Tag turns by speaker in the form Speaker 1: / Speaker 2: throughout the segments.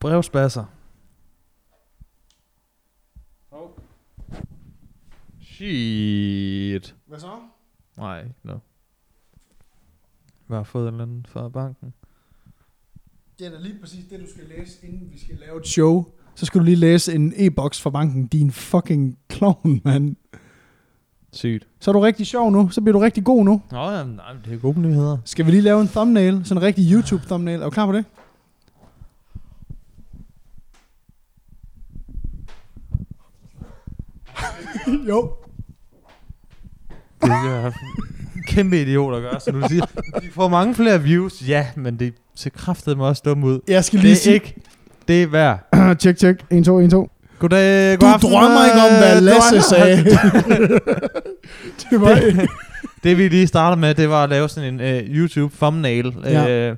Speaker 1: Brevspasser. Hov. Shit.
Speaker 2: Hvad så?
Speaker 1: Nej, ikke noget. Jeg har fået en eller anden fra banken.
Speaker 2: Det er da lige præcis det, du skal læse, inden vi skal lave et show. Så skal du lige læse en e-boks fra banken. Din fucking clown, mand.
Speaker 1: Sygt.
Speaker 2: Så er du rigtig sjov nu. Så bliver du rigtig god nu.
Speaker 1: Nå, jamen, nej, men det er gode nyheder.
Speaker 2: Skal vi lige lave en thumbnail? Sådan en rigtig YouTube-thumbnail. Er du klar på det? jo.
Speaker 1: Det er kæmpe idiot at gøre, så du siger. De får mange flere views, ja, men det ser kraftedeme mig også dumt ud.
Speaker 2: Jeg skal
Speaker 1: Det
Speaker 2: lige
Speaker 1: er
Speaker 2: sige...
Speaker 1: ikke det er værd.
Speaker 2: tjek, tjek. 1, 2, 1, 2.
Speaker 1: Goddag,
Speaker 2: Du
Speaker 1: god aften,
Speaker 2: drømmer ikke om, hvad
Speaker 1: øh,
Speaker 2: Lasse
Speaker 1: drømmer.
Speaker 2: sagde. det var
Speaker 1: det, det vi lige startede med, det var at lave sådan en øh, YouTube thumbnail, øh,
Speaker 2: Ja.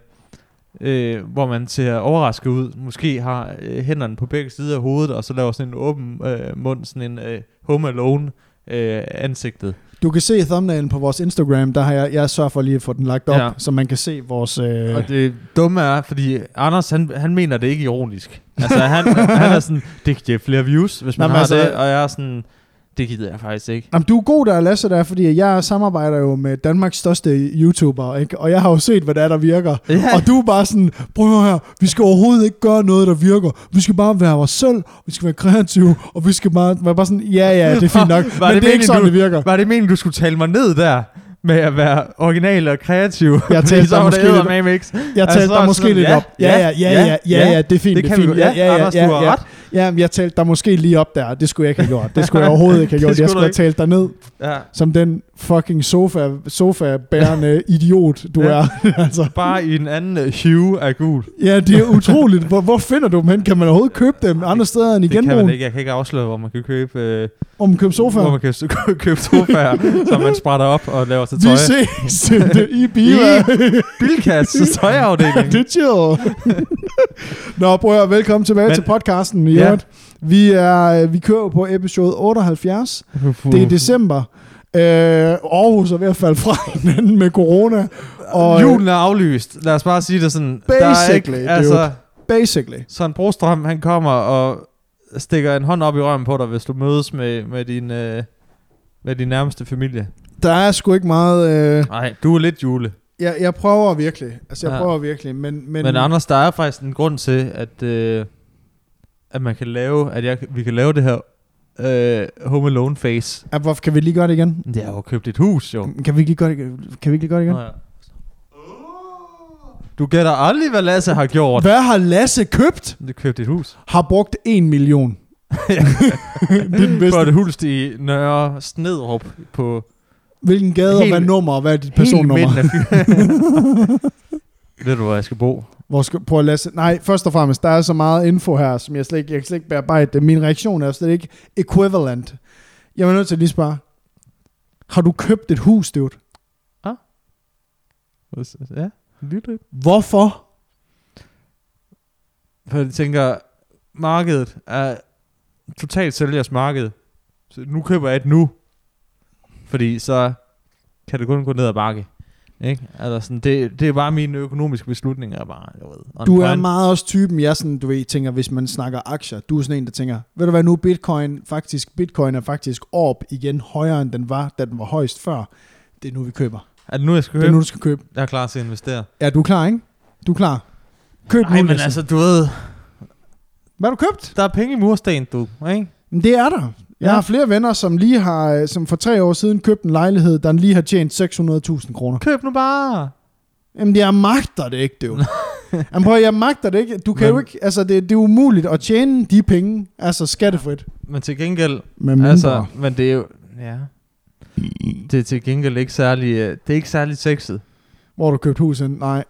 Speaker 1: øh, hvor man ser overrasket ud. Måske har øh, hænderne på begge sider af hovedet, og så laver sådan en åben øh, mund, sådan en øh, home alone øh, ansigtet.
Speaker 2: Du kan se thumbnailen på vores Instagram, der har jeg, jeg sørger for lige at få den lagt op,
Speaker 1: Ja.
Speaker 2: ja. så man kan se vores... Øh,
Speaker 1: Og det dumme er, fordi Anders, han, han mener det ikke ironisk. Altså, han, han er sådan, det kan give flere views, hvis man
Speaker 2: Nå, men
Speaker 1: har
Speaker 2: altså-
Speaker 1: det, og jeg er sådan, det gider jeg faktisk ikke.
Speaker 2: Jamen, du er god der, Lasse, der, fordi jeg samarbejder jo med Danmarks største YouTuber, ikke? og jeg har jo set, hvad der er, der virker.
Speaker 1: Ja.
Speaker 2: Og du er bare sådan, prøv at høre her, vi skal overhovedet ikke gøre noget, der virker. Vi skal bare være os selv, vi skal være kreative, og vi skal bare være bare sådan, ja, ja, det er fint nok,
Speaker 1: Var
Speaker 2: men det, det er
Speaker 1: meningen,
Speaker 2: ikke sådan,
Speaker 1: du,
Speaker 2: det virker.
Speaker 1: Var det meningen, du skulle tale mig ned der? Med at være original og kreativ?
Speaker 2: Jeg
Speaker 1: Fordi
Speaker 2: talte
Speaker 1: så
Speaker 2: dig
Speaker 1: var
Speaker 2: måske lidt-
Speaker 1: det med mix.
Speaker 2: Jeg
Speaker 1: Altså,
Speaker 2: talte
Speaker 1: så
Speaker 2: dig
Speaker 1: er
Speaker 2: måske
Speaker 1: sådan,
Speaker 2: lidt
Speaker 1: ja,
Speaker 2: op. Ja, ja, ja, ja, ja, ja, det er fint,
Speaker 1: Det
Speaker 2: det er
Speaker 1: kan vi
Speaker 2: fint.
Speaker 1: godt. Ja, Anders, du har
Speaker 2: ja.
Speaker 1: ret.
Speaker 2: Ja, men jeg talte dig måske lige op der, det skulle jeg ikke have gjort. Det skulle jeg overhovedet ikke have
Speaker 1: Det
Speaker 2: gjort. Jeg
Speaker 1: skulle
Speaker 2: skulle
Speaker 1: du
Speaker 2: have talt dig ned.
Speaker 1: Ja.
Speaker 2: som den fucking sofa, sofa-bærende idiot, du
Speaker 1: Ja.
Speaker 2: er. altså,
Speaker 1: Bare i en anden øh, hue af gul.
Speaker 2: ja, det er utroligt. Hvor, hvor finder du dem hen? Kan man overhovedet købe dem andre steder end i
Speaker 1: Det kan man
Speaker 2: genbrugen?
Speaker 1: ikke. Jeg kan ikke afsløre, hvor man kan købe, øh,
Speaker 2: Om man køber
Speaker 1: hvor
Speaker 2: sofaer?
Speaker 1: man kan s- købe sofaer, som man sprætter op og laver til tøj.
Speaker 2: Vi ses det, i biler.
Speaker 1: Bilkats tøjafdeling.
Speaker 2: det er chill. Nå, prøv at høre, velkommen tilbage
Speaker 1: Men-
Speaker 2: Men, til podcasten.
Speaker 1: Ja.
Speaker 2: Ja. Vi, er, øh, vi kører jo på episode 78.
Speaker 1: Uhuh.
Speaker 2: Det
Speaker 1: Mm.
Speaker 2: er december. Øh, Aarhus er ved at falde fra hinanden med corona. Og øh,
Speaker 1: Julen er aflyst. Lad os bare sige det sådan. der er
Speaker 2: Basically,
Speaker 1: ikke,
Speaker 2: dude.
Speaker 1: altså,
Speaker 2: Basically.
Speaker 1: Søren Brostrøm, han kommer og stikker en hånd op i røven på dig, hvis du mødes med, med, din, øh, med din nærmeste familie.
Speaker 2: Der er sgu ikke meget... Øh,
Speaker 1: Nej, du er lidt jule.
Speaker 2: Jeg, jeg prøver virkelig. Altså, jeg
Speaker 1: Ja.
Speaker 2: ja. prøver virkelig, men...
Speaker 1: Men,
Speaker 2: Men,
Speaker 1: men Anders, der er faktisk en grund til, at, øh, at man kan lave, at jeg, vi kan lave det her øh, Home Alone face.
Speaker 2: ja, hvorfor, kan vi lige gøre det igen?
Speaker 1: Det er jo købt et hus, jo.
Speaker 2: Kan vi ikke lige gøre det, kan vi ikke lige gøre det igen?
Speaker 1: Nå, ja. Du gætter aldrig, hvad Lasse har gjort.
Speaker 2: Hvad har Lasse købt?
Speaker 1: Du købte et hus.
Speaker 2: Har brugt 1 million. det er den
Speaker 1: På
Speaker 2: bedste.
Speaker 1: et hus i Nørre Snedrup på
Speaker 2: Hvilken gade, og
Speaker 1: Helt-
Speaker 2: hvad nummer, og hvad er dit
Speaker 1: Helt
Speaker 2: personnummer?
Speaker 1: midten af Fyn. Ved du, hvor jeg skal bo?
Speaker 2: Hvor skal, prøv at Lasse. Nej, først og fremmest, der er så meget info her, som jeg slet ikke, jeg kan slet ikke bearbejde. det. Min reaktion er slet ikke equivalent. Jeg er nødt til at lige spørge. Har du købt et hus, dude?
Speaker 1: Ja, lidt.
Speaker 2: Hvorfor?
Speaker 1: For jeg tænker, markedet er totalt sælgers marked. Så nu køber jeg et nu. Fordi så kan det kun gå ned ad bakke. Ikke? Altså sådan, det, det er bare mine økonomiske beslutninger. Bare, jeg ved, on
Speaker 2: Du er
Speaker 1: point.
Speaker 2: meget også typen, jeg sådan, du ved, tænker, hvis man snakker aktier, du er sådan en, der tænker, ved du hvad nu, bitcoin faktisk, bitcoin er faktisk op igen højere, end den var, da den var højst før. Det er nu, vi køber.
Speaker 1: Er det nu, jeg skal
Speaker 2: Det er
Speaker 1: købe?
Speaker 2: nu,
Speaker 1: Nu.
Speaker 2: du skal købe.
Speaker 1: Jeg er klar til at investere.
Speaker 2: Ja, du er klar, ikke? Du er klar. Køb
Speaker 1: Nej,
Speaker 2: nu,
Speaker 1: men
Speaker 2: Lasse.
Speaker 1: altså, du ved,
Speaker 2: Hvad har du købt?
Speaker 1: der er penge i mursten, du. Ikke?
Speaker 2: Men det er der. Jeg
Speaker 1: Ja.
Speaker 2: ja. har flere venner, som lige har, øh, som for tre år siden købte en lejlighed, der lige har tjent 600.000 kroner.
Speaker 1: Køb nu bare.
Speaker 2: Jamen, jeg magter det ikke, det jo. Jamen, prøv, at- jeg magter det ikke. Du kan
Speaker 1: Men-
Speaker 2: men... jo ikke, altså, det, det er umuligt at tjene de penge, altså skattefrit.
Speaker 1: Men til gengæld,
Speaker 2: Men
Speaker 1: Altså, men det er jo... Ja. Det er til gengæld ikke særlig... øh, Det er ikke særlig sexet.
Speaker 2: Hvor har du købt hus hen? Nej.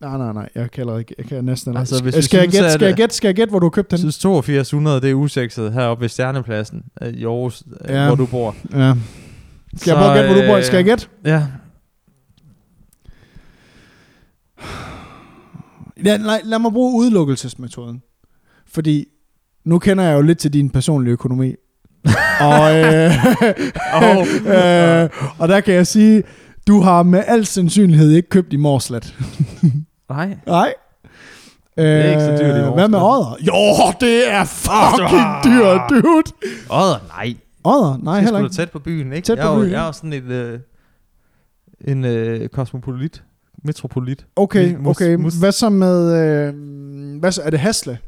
Speaker 2: Nej, nej, nej. Jeg kan, allerede, ikke- jeg kan næsten allerede.
Speaker 1: Altså,
Speaker 2: Altså,
Speaker 1: hvis
Speaker 2: hvis
Speaker 1: vi
Speaker 2: skal, jeg
Speaker 1: synes,
Speaker 2: gætte,
Speaker 1: at-
Speaker 2: skal, jeg gætte, skal jeg gætte, hvor du har købt
Speaker 1: Jeg
Speaker 2: den?
Speaker 1: synes 8200, det er usexet heroppe ved Stjernepladsen øh, i Aarhus, øh,
Speaker 2: Ja.
Speaker 1: hvor du bor. øh,
Speaker 2: Ja. Skal jeg prøve at gætte, hvor du bor? Skal jeg gætte?
Speaker 1: Ja.
Speaker 2: Ja, nej, lad mig bruge udelukkelsesmetoden. Fordi nu kender jeg jo lidt til din personlige økonomi. og, øh,
Speaker 1: Og,
Speaker 2: øh, og der kan jeg sige, du har med al sandsynlighed ikke købt i Morslet.
Speaker 1: nej.
Speaker 2: Nej. Det
Speaker 1: er ikke så dyrt i vores
Speaker 2: Øh, Hvad med
Speaker 1: land.
Speaker 2: odder? Jo, det er fucking dyrt, dude.
Speaker 1: Åh, nej.
Speaker 2: Odder? Nej,
Speaker 1: Nej,
Speaker 2: heller
Speaker 1: heller
Speaker 2: ikke.
Speaker 1: tæt på byen, ikke?
Speaker 2: Tæt
Speaker 1: jeg,
Speaker 2: på
Speaker 1: er jo-
Speaker 2: byen.
Speaker 1: jeg er jo sådan et, øh, en øh, kosmopolit, metropolit.
Speaker 2: Okay,
Speaker 1: Mus-
Speaker 2: okay.
Speaker 1: mus-
Speaker 2: Hvad så med... Øh, hvad så? Er det Hasle?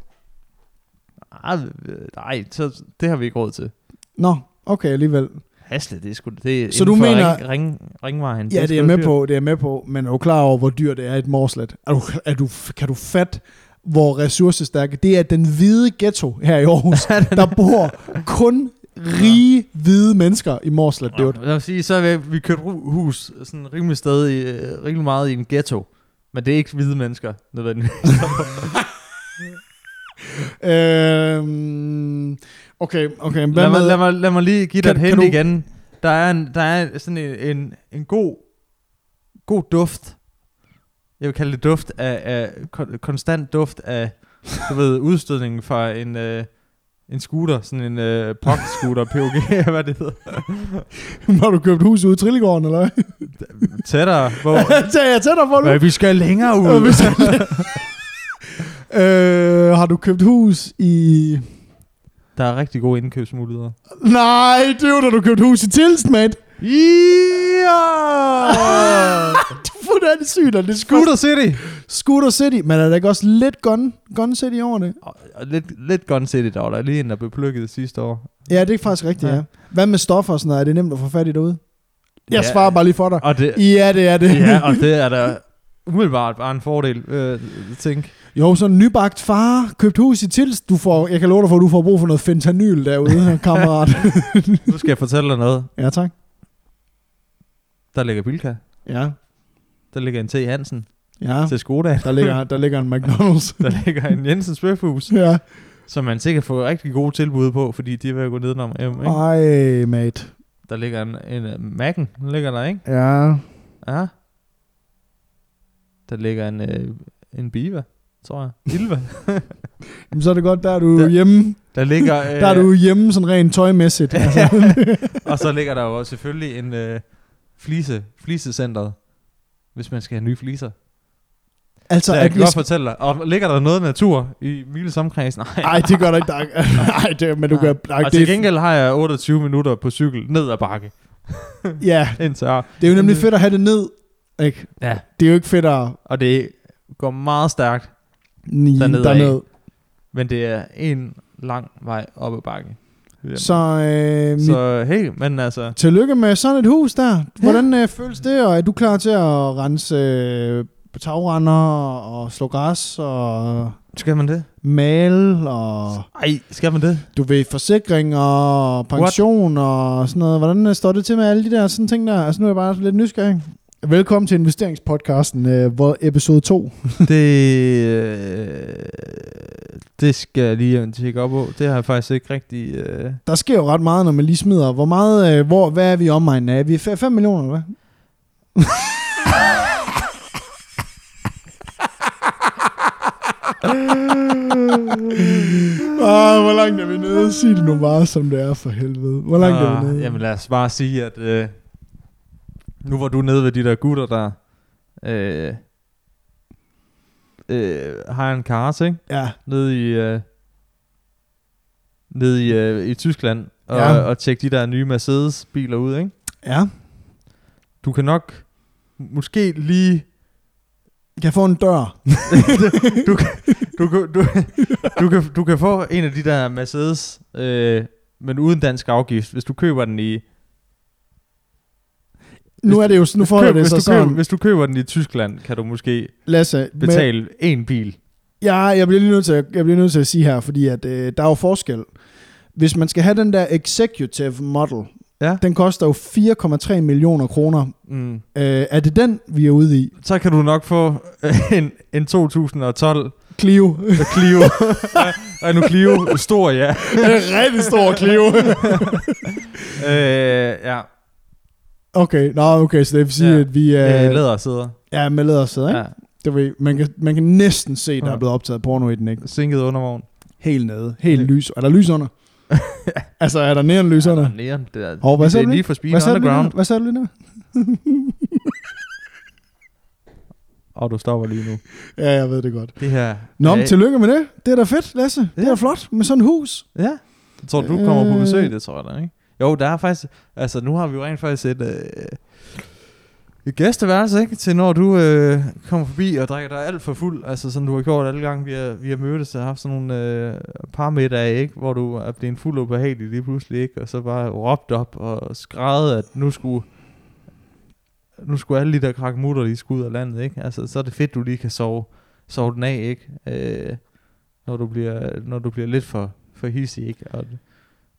Speaker 1: Ej, øh, nej, så, det har vi ikke råd til.
Speaker 2: Nå, okay alligevel.
Speaker 1: Hasle, det er sgu det er
Speaker 2: Så
Speaker 1: inden
Speaker 2: du
Speaker 1: for
Speaker 2: mener-
Speaker 1: ring, ring, ringvejen.
Speaker 2: Ja, det er jeg
Speaker 1: sgu
Speaker 2: med
Speaker 1: dyrt.
Speaker 2: på, det er jeg med på, men er du klar over, hvor dyrt det er et morslet? Er du, er du, kan du fat, hvor ressourcestærke? Det er den hvide ghetto her i Aarhus, der bor kun rige, hvide mennesker i morslet. Det er jo
Speaker 1: Nå, Jeg vil sige, så har vi- vi købt ru- hus sådan et rimelig sted, i, øh, rimelig meget i en ghetto. Men det er ikke hvide mennesker, nødvendigvis.
Speaker 2: Øhm, okay, okay. Hvad
Speaker 1: lad, mig,
Speaker 2: med,
Speaker 1: lad, mig, lad mig lige give dig
Speaker 2: Kan-
Speaker 1: et hint
Speaker 2: kan du-
Speaker 1: igen. Der er, en, der er sådan en, en, en god, god duft. Jeg vil kalde det duft af, af kon, konstant duft af, du ved, udstødningen fra en, øh, en scooter, sådan en øh, pop scooter, POG, hvad det hedder.
Speaker 2: har du købt hus ude i Trillegården, eller hvad?
Speaker 1: Tættere på.
Speaker 2: Tag jeg tættere på nu.
Speaker 1: Men vi skal længere
Speaker 2: Øh,
Speaker 1: ud.
Speaker 2: hvis jeg- øh, har du købt hus i...
Speaker 1: Der er rigtig gode indkøbsmuligheder.
Speaker 2: Nej, det var da du købte hus i Tilst, mate.
Speaker 1: Yeah!
Speaker 2: Hvordan er det sygt, at det er Scooter.
Speaker 1: Scooter City!
Speaker 2: Scooter City. Men er der ikke også lidt Gun, gun City over det?
Speaker 1: Og, og lidt, lidt Gun City, der var der lige en, der blev plukket sidste år.
Speaker 2: Ja, det er faktisk rigtigt, ja.
Speaker 1: Ja.
Speaker 2: ja. Hvad med stoffer og sådan noget? Er det nemt at få fat i derude? Jeg
Speaker 1: Ja.
Speaker 2: svarer bare lige for dig.
Speaker 1: Og det,
Speaker 2: Ja, det er det.
Speaker 1: ja, og det er da umiddelbart bare en fordel, øh, tænk.
Speaker 2: Jo, så en nybagt far købt hus i Tils. Du får, jeg kan love dig for, at du får brug for noget fentanyl derude, kammerat.
Speaker 1: Nu skal jeg fortælle dig noget.
Speaker 2: ja, tak.
Speaker 1: Der ligger Bilka.
Speaker 2: Ja,
Speaker 1: Der ligger en T. Hansen
Speaker 2: ja.
Speaker 1: til Skoda.
Speaker 2: Ah. Der ligger, der ligger en McDonald's.
Speaker 1: Der ligger en Jensens Bøfhus,
Speaker 2: ja.
Speaker 1: som man sikkert får rigtig gode tilbud på, fordi de er ved at gå nedenom. hjem, Ikke?
Speaker 2: Ah. Ej, mate.
Speaker 1: Der ligger en, en uh, Mac'en, den ligger der, ikke?
Speaker 2: Ja.
Speaker 1: Ja. Der ligger en, øh, en Biva, tror jeg. Ilva.
Speaker 2: Jamen, så er det godt, der er du
Speaker 1: Der-
Speaker 2: hjemme.
Speaker 1: Der ligger... Øh,
Speaker 2: Der er du hjemme sådan rent tøjmæssigt. Altså.
Speaker 1: og så ligger der jo selvfølgelig en øh, flise, flisecenteret, hvis man skal have nye fliser.
Speaker 2: altså
Speaker 1: Så
Speaker 2: at
Speaker 1: jeg kan
Speaker 2: jeg
Speaker 1: godt
Speaker 2: skal-
Speaker 1: fortælle dig. Og ligger der noget natur i Miles omkreds? Nej.
Speaker 2: Ej, det gør der ikke. Der er- Ej, det, men du gør... Ej,
Speaker 1: og
Speaker 2: det,
Speaker 1: til gengæld har jeg 28 minutter på cykel ned ad bakke.
Speaker 2: ja,
Speaker 1: Indtil her.
Speaker 2: det er jo nemlig fedt at have det ned. Ikke?
Speaker 1: Ja.
Speaker 2: Det er jo ikke fedt at...
Speaker 1: Og det går meget stærkt,
Speaker 2: Ni,
Speaker 1: Dernede
Speaker 2: derned.
Speaker 1: men det er en lang vej op ad bakke. Jamen.
Speaker 2: Så, øh, mit,
Speaker 1: så hey, men altså...
Speaker 2: Tillykke med sådan et hus der. Hvordan øh, føles det, og er du klar til at rense øh, tagrender og slå græs og
Speaker 1: Skal man det?
Speaker 2: male og
Speaker 1: Ej, skal man det?
Speaker 2: du ved forsikring og pension What? og sådan noget? Hvordan øh, står det til med alle de der sådan ting der? Altså nu er jeg bare lidt nysgerrig. Velkommen til investeringspodcasten, øh, hvor episode 2.
Speaker 1: Det, øh, det skal jeg lige tjekke op på. Det har jeg faktisk ikke rigtig... Øh.
Speaker 2: Der sker jo ret meget, når man lige smider. Hvor meget, øh, hvor, hvad er vi i omegnen af? Er vi 5 millioner, eller hvad? Ah, hvor langt er vi nede? Sig det nu bare, som det er for helvede. Hvor langt er vi nede?
Speaker 1: Ah, Jamen lad os bare sige, at øh, nu var du nede ved de der gutter, der øh, øh, har en karat, ikke?
Speaker 2: Ja,
Speaker 1: Nede i, øh, nede i, øh, i Tyskland og,
Speaker 2: Ja.
Speaker 1: ja. og tjekke de der nye Mercedes-biler ud, ikke?
Speaker 2: ja.
Speaker 1: Du kan nok måske lige...
Speaker 2: Kan jeg få en dør?
Speaker 1: du, kan, du, kan, du, du, kan, du kan få en af de der Mercedes, øh, men uden dansk afgift, hvis du køber den i...
Speaker 2: Nu er det jo nu får
Speaker 1: køb,
Speaker 2: det
Speaker 1: hvis,
Speaker 2: så
Speaker 1: du køber,
Speaker 2: sådan.
Speaker 1: hvis du køber den i Tyskland, kan du måske
Speaker 2: Lasse, men-
Speaker 1: betale en bil.
Speaker 2: Ja, jeg bliver lige nødt til at, jeg bliver nødt til at sige her, fordi at, øh, der er jo forskel. Hvis man skal have den der executive model,
Speaker 1: Ja.
Speaker 2: den koster jo 4,3 millioner kroner.
Speaker 1: Mm.
Speaker 2: Øh, er det den, vi er ude i?
Speaker 1: Så kan du nok få øh, en, en 2012
Speaker 2: Clio.
Speaker 1: Clio. Og nu Clio, stor ja.
Speaker 2: Rigtig stor Clio.
Speaker 1: Øh, ja,
Speaker 2: okay, nå, okay, så det vil sige,
Speaker 1: Ja.
Speaker 2: ja. at vi
Speaker 1: øh,
Speaker 2: er...
Speaker 1: læder sidder.
Speaker 2: Ja, med lædersæde, ikke?
Speaker 1: Ja.
Speaker 2: Det ved, man, kan, man kan næsten se, der er
Speaker 1: Ja.
Speaker 2: blevet optaget porno i den, ikke?
Speaker 1: Sinket undervogn.
Speaker 2: Helt nede. Helt
Speaker 1: Ja.
Speaker 2: lys. Er der lys under? altså, er der neonlys under?
Speaker 1: Ja, næren, det er,
Speaker 2: Hov, hvad
Speaker 1: det
Speaker 2: sagde
Speaker 1: er
Speaker 2: du
Speaker 1: lige for Speed
Speaker 2: Hvad sagde du lige der?
Speaker 1: Underground.
Speaker 2: Hvad sagde du lige der?
Speaker 1: Og du stopper lige nu.
Speaker 2: Ja, jeg ved det godt.
Speaker 1: Det her...
Speaker 2: Nå, men
Speaker 1: Ja,
Speaker 2: tillykke med det. Det er da fedt, Lasse. Det er
Speaker 1: Ja.
Speaker 2: da flot med sådan et hus.
Speaker 1: Ja. Jeg tror, du kommer på
Speaker 2: Øh.
Speaker 1: besøg, det tror jeg da, ikke? Jo, der er faktisk... Altså, nu har vi jo rent faktisk et... Øh, et gæsteværelse, ikke? Til når du øh, kommer forbi og drikker dig alt for fuld. Altså, sådan du har gjort alle gange, vi har, vi har mødtes og haft sådan nogle øh, par middage, ikke? Hvor du er blevet en fuld ubehagelig lige pludselig, ikke? Og så bare råbt op og skrædede, at nu skulle nu skulle alle de der krakmutter, de skulle ud af landet, ikke? Altså, så er det fedt, du lige kan sove, sove den af, ikke? Øh, når du bliver, når du bliver lidt for, for hissig, ikke? Og,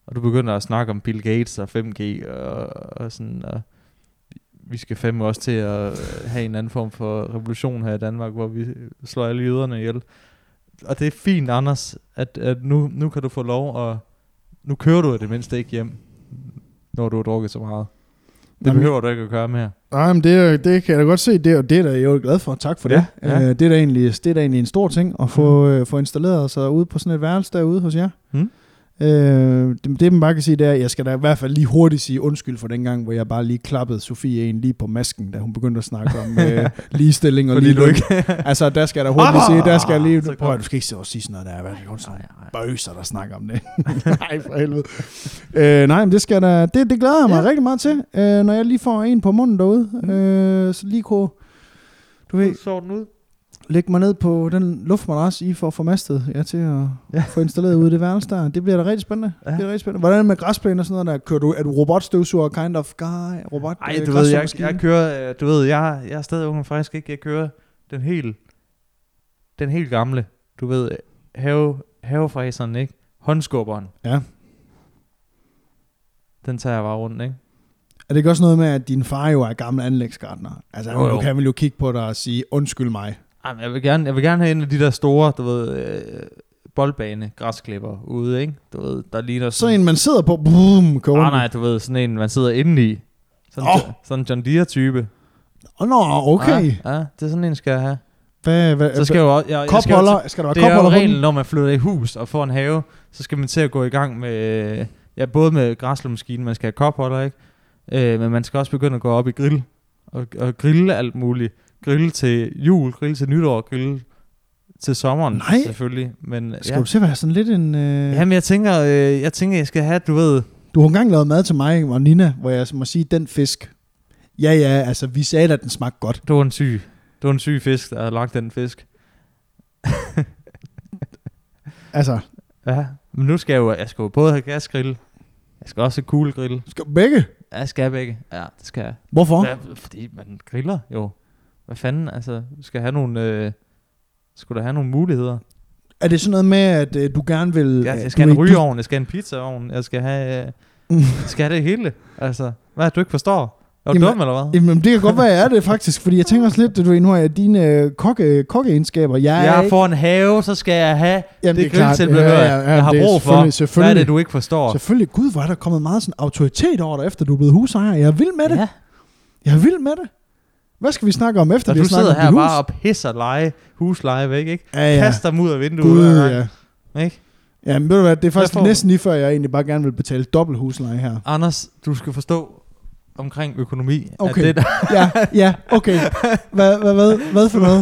Speaker 1: og du begynder at snakke om Bill Gates og 5G og, og sådan, og vi skal fandme også til at have en anden form for revolution her i Danmark, hvor vi slår alle jøderne ihjel. Og det er fint, Anders, at, at nu, nu kan du få lov, og nu kører du i det mindste ikke hjem, når du har drukket så meget. Det
Speaker 2: Jamen-
Speaker 1: behøver du ikke at gøre mere.
Speaker 2: Nej, men det, er- det kan jeg da godt se, det, og det er da jeg jo glad for. Tak for
Speaker 1: Ja,
Speaker 2: det.
Speaker 1: ja.
Speaker 2: Øh, det, er da egentlig, det er da egentlig en stor ting at få, øh, få installeret sig ude på sådan et værelse derude hos jer.
Speaker 1: Mm.
Speaker 2: Øh, det, det, man bare kan sige, det er, at jeg skal da i hvert fald lige hurtigt sige undskyld for den gang, hvor jeg bare lige klappede Sofie en lige på masken, da hun begyndte at snakke om øh, ligestilling og
Speaker 1: Fordi
Speaker 2: lige
Speaker 1: du
Speaker 2: løn.
Speaker 1: ikke... Ah,
Speaker 2: Altså, der skal jeg da hurtigt sige, der skal jeg lige...
Speaker 1: Så kom-
Speaker 2: Prøv, at- du skal ikke sidde og sige sådan noget der. Hvad er det, du snakker om?
Speaker 1: ej.
Speaker 2: bøser, der snakker om det. nej, for helvede. Øh, nej, men det, skal der, det, det glæder jeg mig
Speaker 1: Ja.
Speaker 2: ja. rigtig meget til, øh, når jeg lige får en på munden derude.
Speaker 1: Mm.
Speaker 2: Øh, så lige kunne, du ved,
Speaker 1: Så den ud.
Speaker 2: lægge mig ned på den luftmadras, I får formastet ja, til at
Speaker 1: Ja.
Speaker 2: ja. få installeret ude i det værelse der. Det bliver da rigtig spændende.
Speaker 1: Ja.
Speaker 2: Ja. Det bliver rigtig spændende. Hvordan er det med græsplæne og sådan noget der? Kører du, er du robotstøvsuger, kind of guy? Robot,
Speaker 1: Nej,
Speaker 2: øh,
Speaker 1: du ved, jeg,
Speaker 2: græsmaskine?
Speaker 1: jeg kører, øh, du ved, jeg, jeg er stadig ung og frisk, ikke? Jeg kører den helt, den helt gamle, du ved, øh, have, havefræseren, ikke? Håndskubberen.
Speaker 2: Ja.
Speaker 1: Den tager jeg bare rundt, ikke?
Speaker 2: Er det ikke også noget med, at din far jo er gammel anlægsgartner? Altså,
Speaker 1: Jo,
Speaker 2: jo, jo.
Speaker 1: jo.
Speaker 2: du kan vel jo kigge på dig og sige, undskyld mig.
Speaker 1: Ej, men jeg vil, gerne, jeg vil gerne have en af de der store, du ved, øh, boldbane græsklipper ude, ikke? Du ved, der ligner
Speaker 2: Så en, man sidder på, boom, kører
Speaker 1: Ah,
Speaker 2: rundt.
Speaker 1: Mm. nej, du ved, sådan en, man sidder inde i. Sådan,
Speaker 2: Åh.
Speaker 1: oh. sådan en John Deere-type.
Speaker 2: Åh, Nå, okay. Øh, Ja.
Speaker 1: Ja, ja, det er sådan en, skal jeg have.
Speaker 2: Hvad, hvad,
Speaker 1: Så skal jeg jo også... Jeg, jeg skal jo
Speaker 2: kopholder, skal der
Speaker 1: Det
Speaker 2: være
Speaker 1: er jo
Speaker 2: kopholder på
Speaker 1: reglen,
Speaker 2: den?
Speaker 1: når man flytter i hus og får en have, så skal man til at gå i gang med, ja, både med græslemaskinen, man skal have kopholder, ikke? Øh, men man skal også begynde at gå op i grill, og, og grille alt muligt. Grille til jul, grille til nytår, grille til sommeren
Speaker 2: Nej.
Speaker 1: selvfølgelig. Men,
Speaker 2: Skal du til at være sådan lidt en... Øh...
Speaker 1: Jamen, jeg tænker, øh, jeg tænker, jeg skal have, du ved...
Speaker 2: Du har engang lavet mad til mig og Nina, hvor jeg må sige, den fisk. Ja, ja, altså, vi sagde, at den smagte godt.
Speaker 1: Det var en syg. Det var en syg fisk, der havde lagt den fisk.
Speaker 2: Altså,
Speaker 1: Ja, men nu skal jeg jo, jeg skal jo både have gasgrill, jeg skal også have kuglegrill.
Speaker 2: skal begge?
Speaker 1: Ja, jeg skal jeg begge. Ja, det skal jeg.
Speaker 2: Hvorfor? Ja.
Speaker 1: Ja, fordi man griller jo. Hvad fanden, altså, du skal have nogle, øh, skulle der have nogle muligheder.
Speaker 2: Er det sådan noget med, at øh, du gerne vil...
Speaker 1: Jeg,
Speaker 2: øh,
Speaker 1: jeg
Speaker 2: du
Speaker 1: skal have en
Speaker 2: vil-
Speaker 1: rygeovn, jeg skal have en pizzaovn, jeg skal have, øh,
Speaker 2: Mm.
Speaker 1: jeg skal have det hele. Altså, hvad er det, du ikke forstår? Er du
Speaker 2: Jamen,
Speaker 1: dum, eller hvad?
Speaker 2: Jamen, det kan godt være, jeg er det faktisk, fordi jeg tænker også lidt, at du ved, nu har jeg dine øh, kokke, kokkeegenskaber. Jeg, er
Speaker 1: jeg
Speaker 2: ikke,
Speaker 1: får en have, så skal jeg have
Speaker 2: jamen,
Speaker 1: det, det grilltilbehør, ja, ja, ja, jeg har
Speaker 2: det er
Speaker 1: brug for.
Speaker 2: selvfølgelig-
Speaker 1: Hvad er
Speaker 2: Selvfølgelig,
Speaker 1: det, du ikke forstår?
Speaker 2: selvfølgelig. Gud, hvor er der kommet meget sådan autoritet over dig, efter du er blevet husejer. Jeg er vild med det.
Speaker 1: Ja,
Speaker 2: Jeg er vild med det. Hvad skal vi snakke om efter,
Speaker 1: og
Speaker 2: vi
Speaker 1: du
Speaker 2: har snakket
Speaker 1: sidder
Speaker 2: om
Speaker 1: her
Speaker 2: dit hus?
Speaker 1: bare og pisser leje, husleje væk, ikke?
Speaker 2: ja,
Speaker 1: Ja.
Speaker 2: ja.
Speaker 1: Kaster dem ud af vinduet.
Speaker 2: Gud,
Speaker 1: hver gang,
Speaker 2: ja.
Speaker 1: Ikke?
Speaker 2: ja men ved du hvad, det er faktisk
Speaker 1: får-
Speaker 2: næsten lige før, jeg egentlig bare gerne vil betale dobbelt husleje her.
Speaker 1: Anders, du skal forstå omkring økonomi,
Speaker 2: Okay.
Speaker 1: at det, der
Speaker 2: ja, ja, okay. Hvad, hvad, hvad, hvad for noget?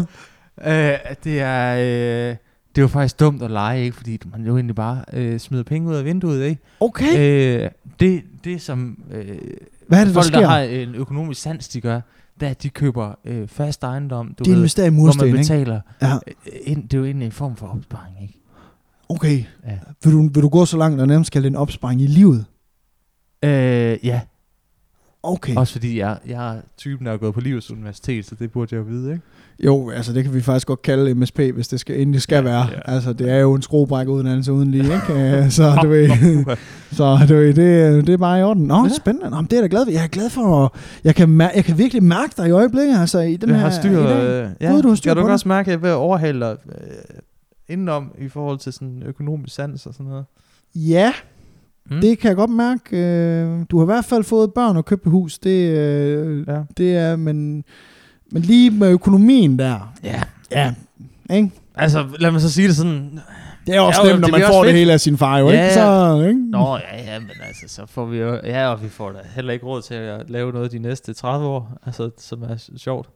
Speaker 1: Øh, at det er øh, det er jo faktisk dumt at lege, ikke? Fordi man jo egentlig bare øh, smider penge ud af vinduet, ikke?
Speaker 2: Okay.
Speaker 1: Øh, det, det som øh,
Speaker 2: Hvad er det, der
Speaker 1: folk,
Speaker 2: sker?
Speaker 1: der har en økonomisk sans, de gør, det er, at de køber øh, fast ejendom, du
Speaker 2: De
Speaker 1: ved,
Speaker 2: investerer i
Speaker 1: hvor
Speaker 2: mursten,
Speaker 1: man
Speaker 2: ikke?
Speaker 1: betaler.
Speaker 2: Ja,
Speaker 1: Øh, ind, det er jo egentlig en form for opsparing, ikke?
Speaker 2: okay.
Speaker 1: Ja.
Speaker 2: Vil du, vil du gå så langt, og nærmest kalde det en opsparing i livet?
Speaker 1: Øh, ja,
Speaker 2: Okay.
Speaker 1: også fordi jeg, jeg er typen, der er gået på livets universitet, så det burde jeg jo vide, ikke?
Speaker 2: Jo, altså det kan vi faktisk godt kalde MSP, hvis det skal, endelig skal være.
Speaker 1: ja.
Speaker 2: Altså det er jo en skruebræk uden altså uden lige, ikke? Øh, Så du ved,
Speaker 1: Uha.
Speaker 2: Så du ved, det, det er bare i orden. Nå,
Speaker 1: Ja.
Speaker 2: ja. spændende. Nå, men det er jeg da glad for. Jeg er glad for, at jeg kan, mær- jeg kan virkelig mærke dig i øjeblikket, altså i den
Speaker 1: jeg
Speaker 2: her
Speaker 1: har styr,
Speaker 2: i dag.
Speaker 1: øh, ja,
Speaker 2: Gud, du har styr
Speaker 1: kan du
Speaker 2: på
Speaker 1: ikke
Speaker 2: det.
Speaker 1: også mærke, at jeg er ved at overhale dig øh, indenom i forhold til sådan økonomisk sans og sådan noget?
Speaker 2: Ja,
Speaker 1: Mm.
Speaker 2: det kan jeg godt mærke. Øh, Du har i hvert fald fået børn og købt et hus. Det, øh,
Speaker 1: Ja.
Speaker 2: det er, men, men lige med økonomien der.
Speaker 1: Ja.
Speaker 2: Ja, ikke?
Speaker 1: Altså, lad mig så sige det sådan.
Speaker 2: Det er også
Speaker 1: Ja, jo,
Speaker 2: ja, nemt, når
Speaker 1: det
Speaker 2: man
Speaker 1: bliver
Speaker 2: får
Speaker 1: også
Speaker 2: det
Speaker 1: fedt.
Speaker 2: hele af sin far, jo,
Speaker 1: Ja,
Speaker 2: ikke?
Speaker 1: ja.
Speaker 2: Så, ikke?
Speaker 1: Nå, ja, ja, men altså, så får vi jo... Ja, og vi får da heller ikke råd til at lave noget de næste 30 år, altså, som er s- sjovt.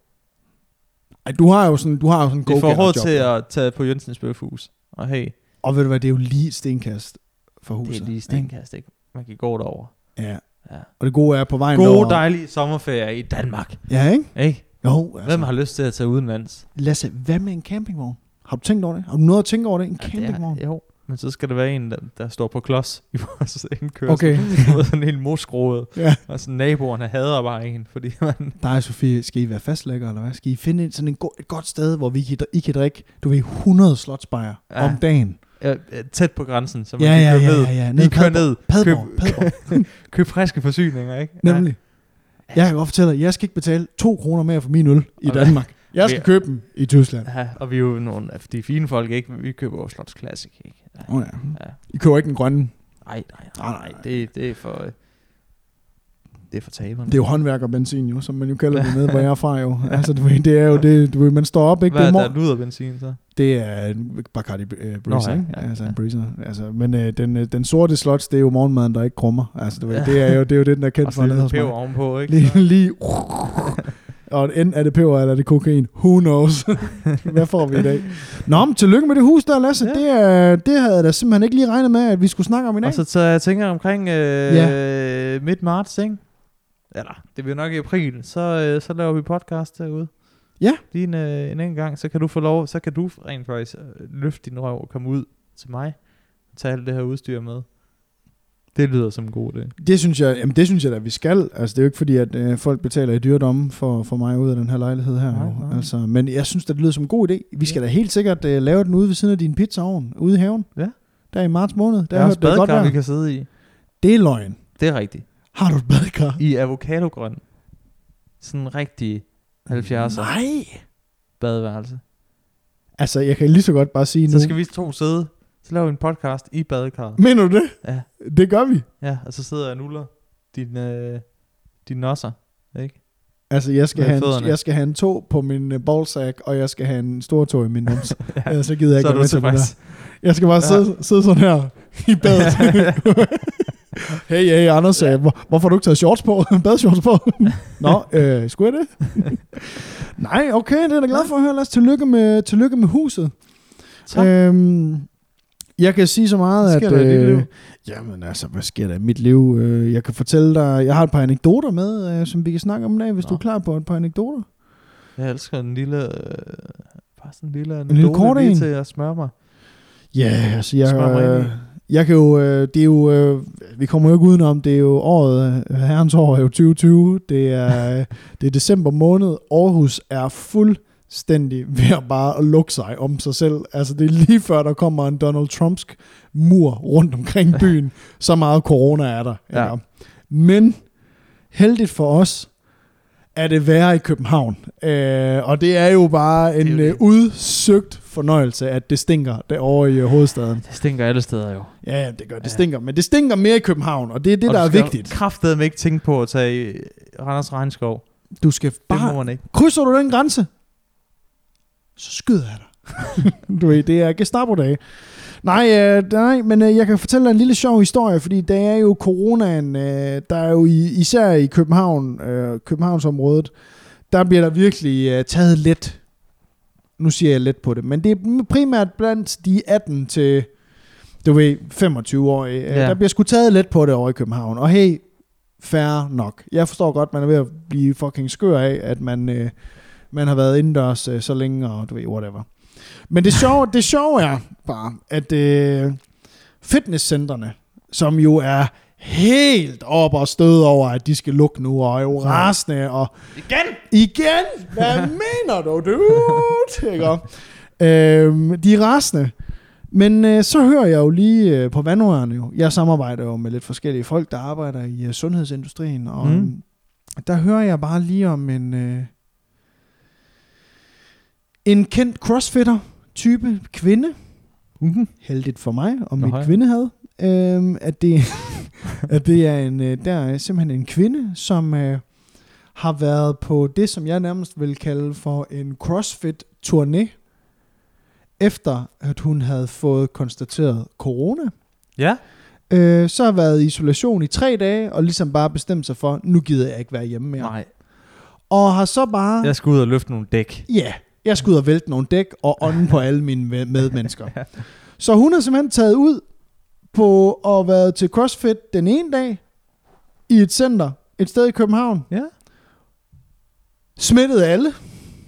Speaker 2: Ej, du har jo sådan, du har jo sådan en
Speaker 1: Det får råd
Speaker 2: go-getter-job.
Speaker 1: til at tage på Jensens bøfhus. Og hey,
Speaker 2: Og ved du hvad, det er jo lige stenkast for huset.
Speaker 1: det er lige
Speaker 2: ikke?
Speaker 1: stenkast, ikke? Man kan gå derover.
Speaker 2: Ja.
Speaker 1: Ja.
Speaker 2: Og det gode er på vejen
Speaker 1: Gode,
Speaker 2: derover-
Speaker 1: dejlige sommerferier i Danmark.
Speaker 2: Ja, ikke?
Speaker 1: Ikke?
Speaker 2: Jo, altså.
Speaker 1: Hvem har lyst til at tage udenlands?
Speaker 2: Lasse, hvad med en campingvogn? Har du tænkt over det? Har du noget at tænke over det? En
Speaker 1: Ja, det
Speaker 2: campingvogn?
Speaker 1: er, jo, men så skal der være en, der, der står på klods i vores indkørsel.
Speaker 2: Okay.
Speaker 1: Du ved, sådan helt mosgroet.
Speaker 2: Ja.
Speaker 1: Og sådan naboerne hader bare en, fordi man...
Speaker 2: Dig og Sofie, skal I være fastlægger, eller hvad? Skal I finde en- sådan en go- et godt sted, hvor vi kan, I kan drikke, du ved, 100 slotsbajer
Speaker 1: Ja.
Speaker 2: ja. om dagen?
Speaker 1: er er tæt på grænsen, så man
Speaker 2: Ja,
Speaker 1: kan
Speaker 2: ja,
Speaker 1: køre
Speaker 2: ja,
Speaker 1: ned.
Speaker 2: ja, ja. Ned i
Speaker 1: Lige køre
Speaker 2: Padborg.
Speaker 1: ned.
Speaker 2: Padborg,
Speaker 1: Køb-
Speaker 2: Padborg.
Speaker 1: Køb friske forsyninger, ikke?
Speaker 2: Nemlig. Jeg kan godt fortælle dig, jeg skal ikke betale 2 kroner mere for min øl i
Speaker 1: Og hvad-
Speaker 2: Danmark. Jeg skal
Speaker 1: Vi-
Speaker 2: købe den i Tyskland.
Speaker 1: Ja. ja, og vi er jo nogle af de fine folk, ikke? Vi køber jo Slots Classic, ikke? Ja.
Speaker 2: Oh, ja.
Speaker 1: Ja.
Speaker 2: I køber ikke den grønne.
Speaker 1: Nej, nej,
Speaker 2: Nej,
Speaker 1: nej,
Speaker 2: nej,
Speaker 1: nej. Det, det er for... øh, Det er for taberne.
Speaker 2: Det er jo håndværkerbenzin jo, som man jo kalder det med, hvor jeg er fra jo. Altså, du ved, det er jo det, du ved, man står op, ikke?
Speaker 1: Hvad
Speaker 2: det,
Speaker 1: er
Speaker 2: er
Speaker 1: der
Speaker 2: mor-
Speaker 1: luder benzin, så?
Speaker 2: det er en Bacardi øh, Breezer,
Speaker 1: Nå, ja,
Speaker 2: ikke?
Speaker 1: ja,
Speaker 2: altså
Speaker 1: ja.
Speaker 2: en Breezer. Altså, men øh, den, øh, den sorte slots, det er jo morgenmaden, der ikke krummer. Altså, du ved, det er jo, det er jo det, den er
Speaker 1: Og
Speaker 2: kendt
Speaker 1: så
Speaker 2: for. nede
Speaker 1: lidt
Speaker 2: hos
Speaker 1: peber
Speaker 2: mig.
Speaker 1: ovenpå, ikke?
Speaker 2: Lige, lige og enten er det peber, eller er det kokain. Who knows? Hvad får vi i dag? Nå, men tillykke med det hus der, Lasse.
Speaker 1: Ja.
Speaker 2: Ja. Det, er, det havde jeg da simpelthen ikke lige regnet med, at vi skulle snakke om i dag.
Speaker 1: Og så, så jeg tænker omkring øh,
Speaker 2: Ja.
Speaker 1: ja. midt marts, ikke? Eller, det bliver nok i april, så, øh, så laver vi podcast derude.
Speaker 2: Ja.
Speaker 1: Lige en, øh, en enkelt gang, så kan du få lov, så kan du rent faktisk øh, løfte din røv og komme ud til mig og tage alt det her udstyr med. Det lyder som en god idé.
Speaker 2: Det synes jeg, jamen det synes jeg da, vi skal. Altså, det er jo ikke fordi, at øh, folk betaler i dyredomme for, for mig ud af den her lejlighed her.
Speaker 1: Nej,
Speaker 2: Nej,
Speaker 1: nej.
Speaker 2: nej. Altså, men jeg synes, da, det lyder som en god idé. Vi skal da helt sikkert øh, lave den ude ved siden af din pizzaovn, ude i haven.
Speaker 1: Ja.
Speaker 2: Der i marts måned. Der
Speaker 1: Der er også
Speaker 2: hørte det godt
Speaker 1: badekar, vi
Speaker 2: være.
Speaker 1: kan sidde i.
Speaker 2: Det er løgn.
Speaker 1: Det er rigtigt.
Speaker 2: Har du et badekar?
Speaker 1: I avocadogrøn. Sådan en rigtig 70'er
Speaker 2: Nej.
Speaker 1: badeværelse.
Speaker 2: Altså, jeg kan lige så godt bare sige nu. Mm.
Speaker 1: Så skal vi to sidde, så laver vi en podcast i badekarret.
Speaker 2: Mener du det?
Speaker 1: Ja.
Speaker 2: Det gør vi.
Speaker 1: Ja, og så sidder jeg og nuller din, øh, din nosser, ikke?
Speaker 2: Altså, jeg skal,
Speaker 1: Med
Speaker 2: have en,
Speaker 1: fødderne.
Speaker 2: jeg skal have en tå på min øh, ballsack, og jeg skal have en stor tå i min numse. ja. Så gider jeg ikke
Speaker 1: så er
Speaker 2: være
Speaker 1: du
Speaker 2: med til det der.
Speaker 1: tilfreds.
Speaker 2: Jeg skal bare
Speaker 1: Ja.
Speaker 2: sidde, sidde sådan her i badet. hey, hey, Anders, ja. hvor, hvorfor har du ikke taget shorts på? Badshorts på? Nå, øh, skulle jeg det? Nej, okay, det er jeg da glad for at høre. Lad os tillykke med, tillykke med huset.
Speaker 1: Tak.
Speaker 2: Øhm, jeg kan sige så meget,
Speaker 1: Hvad sker
Speaker 2: at...
Speaker 1: der i dit
Speaker 2: øh,
Speaker 1: liv?
Speaker 2: Jamen altså, hvad sker der i mit liv? Øh, jeg kan fortælle dig... Jeg har et par anekdoter med, øh, som vi kan snakke om i dag, hvis
Speaker 1: Nå.
Speaker 2: Nå. du er klar på et par anekdoter.
Speaker 1: Jeg elsker en lille... Øh, bare sådan en lille en
Speaker 2: lille kort en.
Speaker 1: til at smøre mig.
Speaker 2: Ja, altså
Speaker 1: Smør mig
Speaker 2: jeg,
Speaker 1: ind
Speaker 2: øh,
Speaker 1: i.
Speaker 2: jeg kan jo, øh, det er jo, øh, vi kommer jo ikke udenom, det er jo året, øh, herrens år er jo 2020, det er, øh, det er december måned, Aarhus er fuldstændig ved at bare at lukke sig om sig selv. Altså det er lige før, der kommer en Donald Trumpsk mur rundt omkring byen, så meget corona er der.
Speaker 1: Ja.
Speaker 2: ikke? Men heldigt for os, er det værre i København. Øh, og det er jo bare en
Speaker 1: Det er jo
Speaker 2: øh,
Speaker 1: det.
Speaker 2: udsøgt fornøjelse, at det stinker derovre i øh, hovedstaden.
Speaker 1: Det stinker alle steder jo.
Speaker 2: Ja, ja, det gør det.
Speaker 1: Ja.
Speaker 2: stinker. Men det stinker mere i København, og det er
Speaker 1: Og
Speaker 2: det, og der
Speaker 1: du
Speaker 2: er
Speaker 1: skal
Speaker 2: vigtigt.
Speaker 1: kraftedeme ikke tænke på at tage øh, Randers Regnskov.
Speaker 2: Du skal
Speaker 1: Det må
Speaker 2: bare...
Speaker 1: man ikke.
Speaker 2: Krydser du den grænse, så skyder jeg dig. du ved, det er Gestapo-dage. Nej, øh, nej, men øh, jeg kan fortælle dig en lille sjov historie, fordi der er jo coronaen, øh, der er jo i, især i København, øh, Københavnsområdet, der bliver der virkelig øh, taget let. Nu siger jeg let på det, men det er primært blandt de 18 til, du ved, 25-årige. Øh,
Speaker 1: Ja.
Speaker 2: Der bliver sgu taget let på det over i København. Og hey, fair nok. Jeg forstår godt, man er ved at blive fucking skør af, at man, øh, man har været indendørs øh, så længe, og du ved, whatever. Men det sjove, det sjove er bare, at øh, fitnesscentrene, som jo er helt op og stød over, at de skal lukke nu, og er jo rasende, og
Speaker 1: Igen!
Speaker 2: Igen? Hvad mener du, dude? Ikke? øhm, de er rasende. Men øh, så hører jeg jo lige øh, på vandrørene jo. Jeg samarbejder jo med lidt forskellige folk, der arbejder i øh, sundhedsindustrien. Og
Speaker 1: Mm.
Speaker 2: mm. der hører jeg bare lige om en... Øh, en kendt crossfitter-type kvinde.
Speaker 1: Mm-hmm.
Speaker 2: Heldigt for mig og
Speaker 1: Nå,
Speaker 2: mit
Speaker 1: ja.
Speaker 2: kvindehad, øhm, at, det, at det er en, øh, der er simpelthen en kvinde, som øh, har været på det, som jeg nærmest vil kalde for en CrossFit-turné, efter at hun havde fået konstateret corona.
Speaker 1: Ja,
Speaker 2: Øh, så har været i isolation i tre dage, og ligesom bare bestemt sig for, nu gider jeg ikke være hjemme mere.
Speaker 1: nej.
Speaker 2: Og har så bare...
Speaker 1: Jeg skal ud og løfte nogle dæk.
Speaker 2: Ja, Jeg skal ud og vælte nogle dæk og ånden på alle mine med- medmennesker. Så hun er simpelthen taget ud på at være til CrossFit den ene dag i et center, et sted i København.
Speaker 1: Ja.
Speaker 2: Smittede alle.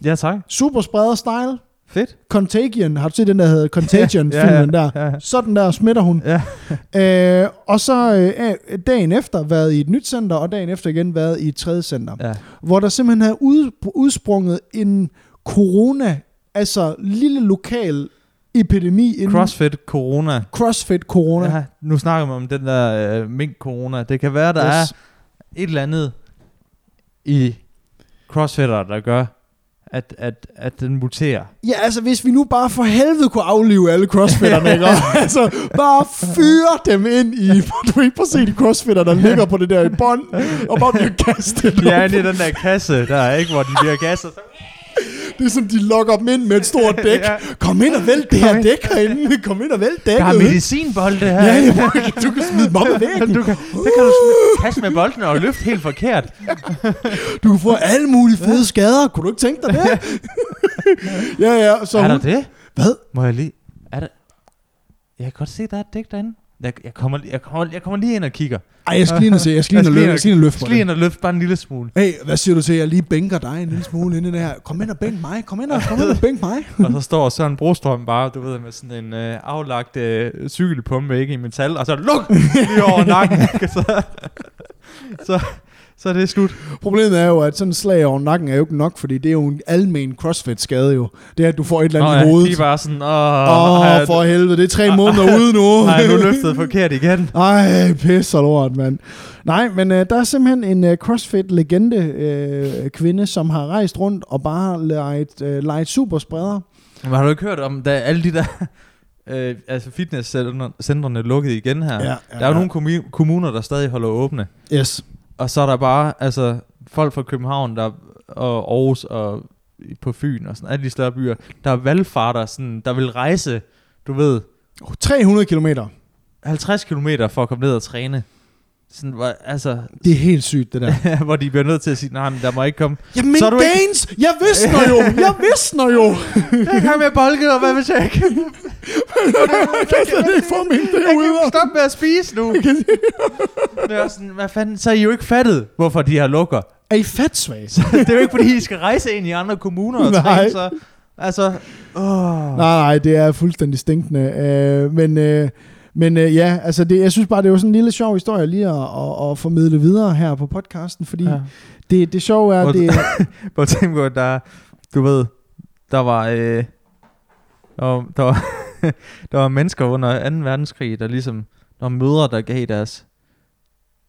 Speaker 1: Ja, tak.
Speaker 2: Super spreder style.
Speaker 1: Fedt.
Speaker 2: Contagion. Har du set den, der hedder Contagion-filmen der?
Speaker 1: Ja, ja.
Speaker 2: Sådan der smitter hun.
Speaker 1: Ja.
Speaker 2: Øh, og så øh, øh, dagen efter været i et nyt center, og dagen efter igen været i et tredje center.
Speaker 1: ja.
Speaker 2: Hvor der simpelthen er ud, udsprunget en corona, altså lille lokal epidemi inden
Speaker 1: CrossFit Corona.
Speaker 2: CrossFit corona.
Speaker 1: Ja, nu snakker man om den der øh, mink-corona. Det kan være, der yes. er et eller andet i crossfitter, der gør, at, at, at den muterer.
Speaker 2: Ja, altså hvis vi nu bare for helvede kunne aflive alle crossfitterne, ikke? altså bare fyre dem ind i, du ved præcis de crossfitter, der ligger på det der i bånd, og bare bliver kastet op.
Speaker 1: Ja, det er den der kasse, der er ikke, hvor den bliver gasset.
Speaker 2: Det er sådan, de lokker dem ind med et stort dæk.
Speaker 1: Ja.
Speaker 2: Kom ind og vælt det
Speaker 1: Kom
Speaker 2: her
Speaker 1: ind.
Speaker 2: dæk herinde. Kom ind og vælt dækket.
Speaker 1: Der er medicinbolde her.
Speaker 2: Ja, ja, du kan- du kan smide dem op ad væggen.
Speaker 1: Du kan, der kan du sm- kaste med bolden og løfte helt forkert.
Speaker 2: Du kan få alle mulige fede skader. Kunne du ikke tænke dig det? ja, ja. Så
Speaker 1: er der
Speaker 2: hun,
Speaker 1: det?
Speaker 2: hvad?
Speaker 1: Må jeg lige... Er der... Jeg kan godt se, der er et dæk derinde. Jeg, jeg, kommer, jeg, kommer, jeg kommer lige ind og kigger.
Speaker 2: Ej, jeg skal lige ind og se. Jeg skal lige ind og løfte. Jeg skal lige ind og
Speaker 1: Jeg
Speaker 2: løfte mig
Speaker 1: skal lige
Speaker 2: lidt.
Speaker 1: ind og løfte bare en lille smule.
Speaker 2: Hey, hvad siger du til, at jeg lige bænker dig en lille smule ind i det her? Kom ind og bænk mig. Kom ind og, kom ind og bænk mig.
Speaker 1: og så står Søren Brostrøm bare, du ved, med sådan en øh, aflagt øh, cykelpumpe, ikke i metal, og så luk lige over nakken. ikke? så, så, så er det slut.
Speaker 2: Problemet er jo, at sådan et slag over nakken er jo ikke nok, fordi det er jo en almen crossfit-skade jo. Det er, at du får et eller
Speaker 1: Nå,
Speaker 2: andet i
Speaker 1: ja, de er
Speaker 2: hovedet.
Speaker 1: bare sådan, åh,
Speaker 2: Åh,
Speaker 1: har
Speaker 2: oh,
Speaker 1: jeg-
Speaker 2: for helvede, det er tre måneder ude nu.
Speaker 1: har jeg nu løftet forkert igen?
Speaker 2: Ej, pis og lort, mand. Nej, men øh, der er simpelthen en øh, CrossFit-legende øh, kvinde, som har rejst rundt og bare har leget, øh, leget superspreder.
Speaker 1: Men har du ikke hørt om, da alle de der øh, altså fitnesscentrene lukkede igen her? der er jo nogle kommu- kommuner, der stadig holder åbne.
Speaker 2: Yes.
Speaker 1: Og så er der bare altså, folk fra København der, og Aarhus og på Fyn og sådan alle de større byer, der er valgfarter, sådan, der vil rejse, du ved,
Speaker 2: 300 kilometer.
Speaker 1: 50 km for at komme ned og træne. Sådan, hvor, altså,
Speaker 2: Det er helt sygt, det der.
Speaker 1: hvor de bliver nødt til at sige, nej, men der må ikke komme.
Speaker 2: Jamen,
Speaker 1: Så er du ikke-
Speaker 2: Danes! Jeg visner jo! Jeg visner jo!
Speaker 1: Jeg kan med bolket, og hvad hvis jeg ikke?
Speaker 2: Jeg kan slet ikke få min derude.
Speaker 1: Stop med at spise nu. Det er sådan, hvad fanden, så er I jo ikke fattet, hvorfor de her lukker.
Speaker 2: Er I fatsvage?
Speaker 1: det er jo ikke, fordi I skal rejse ind i andre kommuner og
Speaker 2: Nej.
Speaker 1: træne, så... Altså, åh.
Speaker 2: Nej, nej, det er fuldstændig stinkende. Øh, men øh, men øh, ja, altså det, jeg synes bare, det var sådan en lille sjov historie lige at, at, at formidle videre her på podcasten, fordi ja.
Speaker 1: Ja.
Speaker 2: det, det sjove er,
Speaker 1: Hvor-
Speaker 2: at det,
Speaker 1: Prøv at tænke på, at der, du ved, der var, øh, der var, der var, der var mennesker under 2. verdenskrig, der ligesom, der var mødre, der gav deres,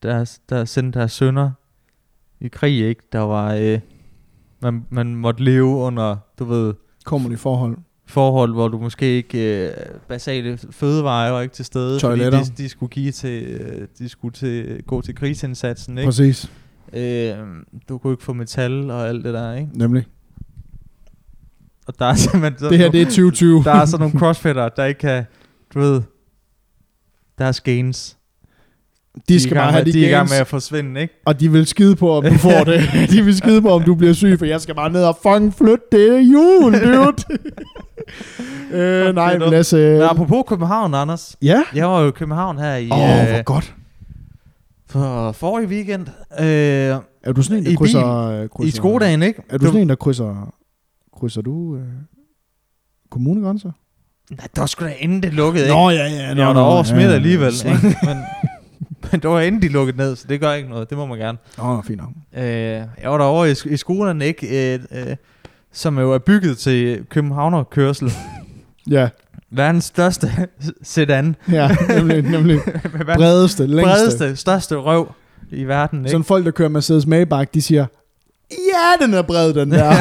Speaker 1: deres der sendte deres sønner i krig, ikke? Der var, øh, man, man måtte leve under, du ved,
Speaker 2: kommer i forhold.
Speaker 1: forhold, hvor du måske ikke øh, basale fødevarer var ikke til stede,
Speaker 2: Toiletter.
Speaker 1: de, de skulle give til, øh, de skulle til, gå til krigsindsatsen, ikke?
Speaker 2: Præcis,
Speaker 1: Øh, du kunne ikke få metal og alt det der, ikke?
Speaker 2: nemlig.
Speaker 1: Og der er simpelthen sådan
Speaker 2: Det her, det er 2020.
Speaker 1: der er sådan nogle crossfitter, der ikke kan, du ved, der er skæns.
Speaker 2: de skal
Speaker 1: er i gang
Speaker 2: bare have
Speaker 1: med,
Speaker 2: de,
Speaker 1: de er i gang
Speaker 2: games,
Speaker 1: med at forsvinde, ikke?
Speaker 2: og de vil skide på, om du får det. De vil skide på, om du bliver syg, for jeg skal bare ned og fucking flytte det jul, dude. øh, nej, men altså...
Speaker 1: Men apropos København, Anders.
Speaker 2: Ja?
Speaker 1: Jeg var jo i København her i
Speaker 2: Åh, oh, hvor
Speaker 1: oh,
Speaker 2: godt.
Speaker 1: for forrige weekend. Øh,
Speaker 2: Er du sådan en,
Speaker 1: i
Speaker 2: der
Speaker 1: bil.
Speaker 2: krydser,
Speaker 1: I
Speaker 2: krydser...
Speaker 1: skodagen, ikke?
Speaker 2: Er du sådan en, der krydser, krydser du øh, kommunegrænser?
Speaker 1: Nej, der var sgu da inden det lukkede, ikke?
Speaker 2: Nå, ja, ja.
Speaker 1: Nå, jeg var da over smidt alligevel, ikke? Men, men det var inden de lukkede ned, så det gør ikke noget. Det må man gerne.
Speaker 2: Nå, fint nok.
Speaker 1: Øh, jeg var derovre i, sk- i skolerne, ikke? Øh, øh, som jo er bygget til københavnerkørsel.
Speaker 2: Ja,
Speaker 1: Verdens største sedan.
Speaker 2: ja, nemlig, nemlig.
Speaker 1: Med verdens
Speaker 2: Bredeste, længste.
Speaker 1: bredeste, største røv i verden, ikke?
Speaker 2: Sådan folk, der kører Mercedes Maybach, de siger, ja, den er bred, den der.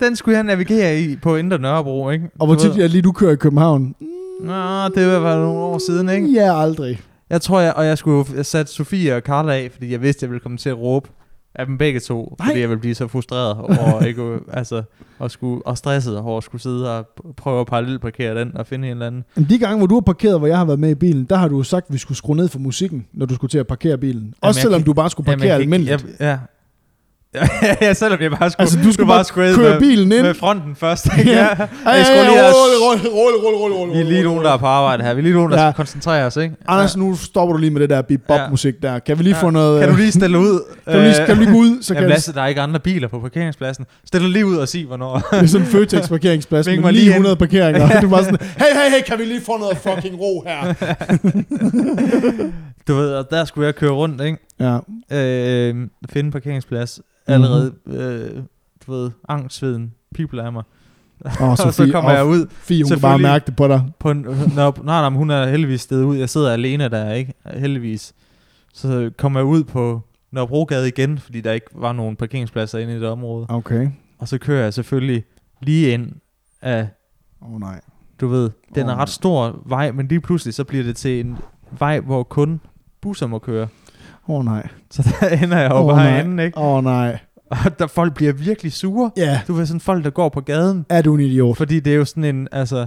Speaker 1: Den skulle jeg navigere i på Indre Nørrebro, ikke?
Speaker 2: og hvor
Speaker 1: Du
Speaker 2: tit
Speaker 1: ved-
Speaker 2: er lige du kører i København?
Speaker 1: Nå, det var nogle år siden, ikke?
Speaker 2: Ja, aldrig.
Speaker 1: Jeg tror, jeg, og jeg skulle have sat Sofie og Karla af, fordi jeg vidste, jeg ville komme til at råbe af dem begge to,
Speaker 2: Nej.
Speaker 1: fordi jeg ville blive så frustreret over at ikke, altså, og, skulle, og stresset over at skulle sidde og p- prøve at parallelparkere den og finde en eller anden.
Speaker 2: Men de gange, hvor du har parkeret, hvor jeg har været med i bilen, der har du jo sagt, at vi skulle skrue ned for musikken, når du skulle til at parkere bilen. Også
Speaker 1: jeg
Speaker 2: selvom
Speaker 1: kan-
Speaker 2: du bare skulle
Speaker 1: Jamen, jeg
Speaker 2: parkere
Speaker 1: kan ikke-
Speaker 2: almindeligt.
Speaker 1: Jeg, ja, ja, selvom jeg bare skulle,
Speaker 2: Altså, du skulle bare
Speaker 1: skulle
Speaker 2: Kører bilen ind.
Speaker 1: med fronten først.
Speaker 2: Ja.
Speaker 1: ja.
Speaker 2: Ej,
Speaker 1: Jeg
Speaker 2: ej,
Speaker 1: skulle
Speaker 2: ej,
Speaker 1: lige have-
Speaker 2: rolig, rolig, rolig, rolig, rolig, rolig,
Speaker 1: Vi er lige
Speaker 2: rolig,
Speaker 1: nogen, der er på arbejde her. Vi er lige nogen, der
Speaker 2: Ja.
Speaker 1: ja. koncentrerer os, ikke?
Speaker 2: Anders, nu stopper du lige med det der bebop-musik der. Kan vi lige
Speaker 1: Ja.
Speaker 2: få noget... øh,
Speaker 1: Kan du lige stille ud?
Speaker 2: kan du lige, kan du lige gå ud, så
Speaker 1: Så
Speaker 2: kan
Speaker 1: Jamen,
Speaker 2: jeg,
Speaker 1: Lasse, der er ikke andre biler på parkeringspladsen. Stil dig lige ud og sig, hvornår.
Speaker 2: det er sådan en Føtex parkeringsplads
Speaker 1: Vink mig
Speaker 2: med
Speaker 1: lige ind.
Speaker 2: 900 parkeringer. Du var sådan, hey, hey, hey, kan vi lige få noget fucking ro her?
Speaker 1: du ved, og der skulle jeg køre rundt, ikke?
Speaker 2: Ja,
Speaker 1: Øh, finde en parkeringsplads.
Speaker 2: Mhm.
Speaker 1: Allerede, øh, du ved, angstsveden pipler af mig.
Speaker 2: og
Speaker 1: og så
Speaker 2: Sofie,
Speaker 1: kommer jeg
Speaker 2: og
Speaker 1: ud
Speaker 2: Fie, hun kan bare
Speaker 1: Selvfølgelig.
Speaker 2: mærke det på dig.
Speaker 1: på en... Nå, nej, nej, men hun er heldigvis stedet ud. Jeg sidder alene der, ikke? Heldigvis. Så kommer jeg ud på Nørrebrogade igen, fordi der ikke var nogen parkeringspladser inde i det område.
Speaker 2: Okay.
Speaker 1: Og så kører jeg selvfølgelig lige ind af
Speaker 2: Åh oh, nej.
Speaker 1: du ved, den er
Speaker 2: Åh.
Speaker 1: ret stor vej, men lige pludselig så bliver det til en vej, hvor kun busser må køre.
Speaker 2: Åh oh, nej.
Speaker 1: Så der ender jeg jo
Speaker 2: Åh,
Speaker 1: oh,
Speaker 2: nej.
Speaker 1: bare inde, ikke?
Speaker 2: Åh oh, nej.
Speaker 1: Og der folk bliver virkelig sure.
Speaker 2: Ja,
Speaker 1: Du ved sådan folk, der går på gaden,
Speaker 2: er du en idiot?
Speaker 1: fordi det er jo sådan en, altså...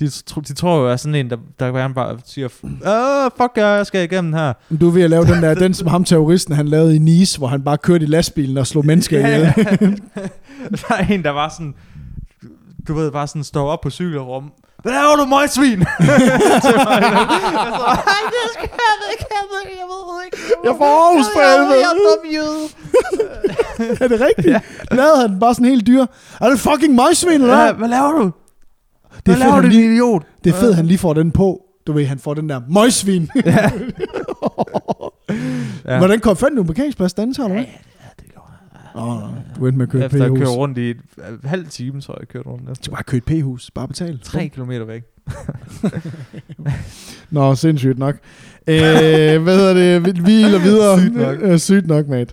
Speaker 1: De, tr- de tror jo, jeg er sådan en, der, der gerne bare siger, Åh, fuck jer, jeg skal igennem her.
Speaker 2: Du er ved at lave den der, den som ham terroristen, han lavede i Nice, hvor han bare kørte i lastbilen og slog mennesker
Speaker 1: Ja,
Speaker 2: ihjel.
Speaker 1: ja. der er en, der var sådan, du ved, bare sådan står op på cykelrum. Hvad laver du, møgsvin? Til mig. Jeg så, "Ej, det skal jeg ikke, jeg ved ikke, jeg ved ikke.
Speaker 2: Jeg får Aarhus for helvede."
Speaker 1: Jeg er dum jøde.
Speaker 2: er det rigtigt? Lavede han bare sådan helt dyr. Er det fucking møgsvin, eller
Speaker 1: Ja,
Speaker 2: hvad?
Speaker 1: hvad laver du?
Speaker 2: Det
Speaker 1: Hvad
Speaker 2: er fedt,
Speaker 1: laver
Speaker 2: han
Speaker 1: du, din
Speaker 2: lige,
Speaker 1: idiot?
Speaker 2: det er fedt, han lige får den på. Du ved, han får den der møgsvin.
Speaker 1: Ja.
Speaker 2: Hvordan kom, fandt du en parkeringsplads derinde, så eller hvad? Åh, nej. du endte med at købe et
Speaker 1: Efter at køre
Speaker 2: p-hus.
Speaker 1: rundt i et øh, halv time, tror jeg, jeg kørte rundt.
Speaker 2: Du
Speaker 1: Efter.
Speaker 2: bare købe et p-hus, bare betale.
Speaker 1: Tre kilometer væk.
Speaker 2: Nå, sindssygt nok. Øh, hvad hedder det? Vi- Vi hviler videre.
Speaker 1: Sygt nok.
Speaker 2: Øh, Sygt nok, mate.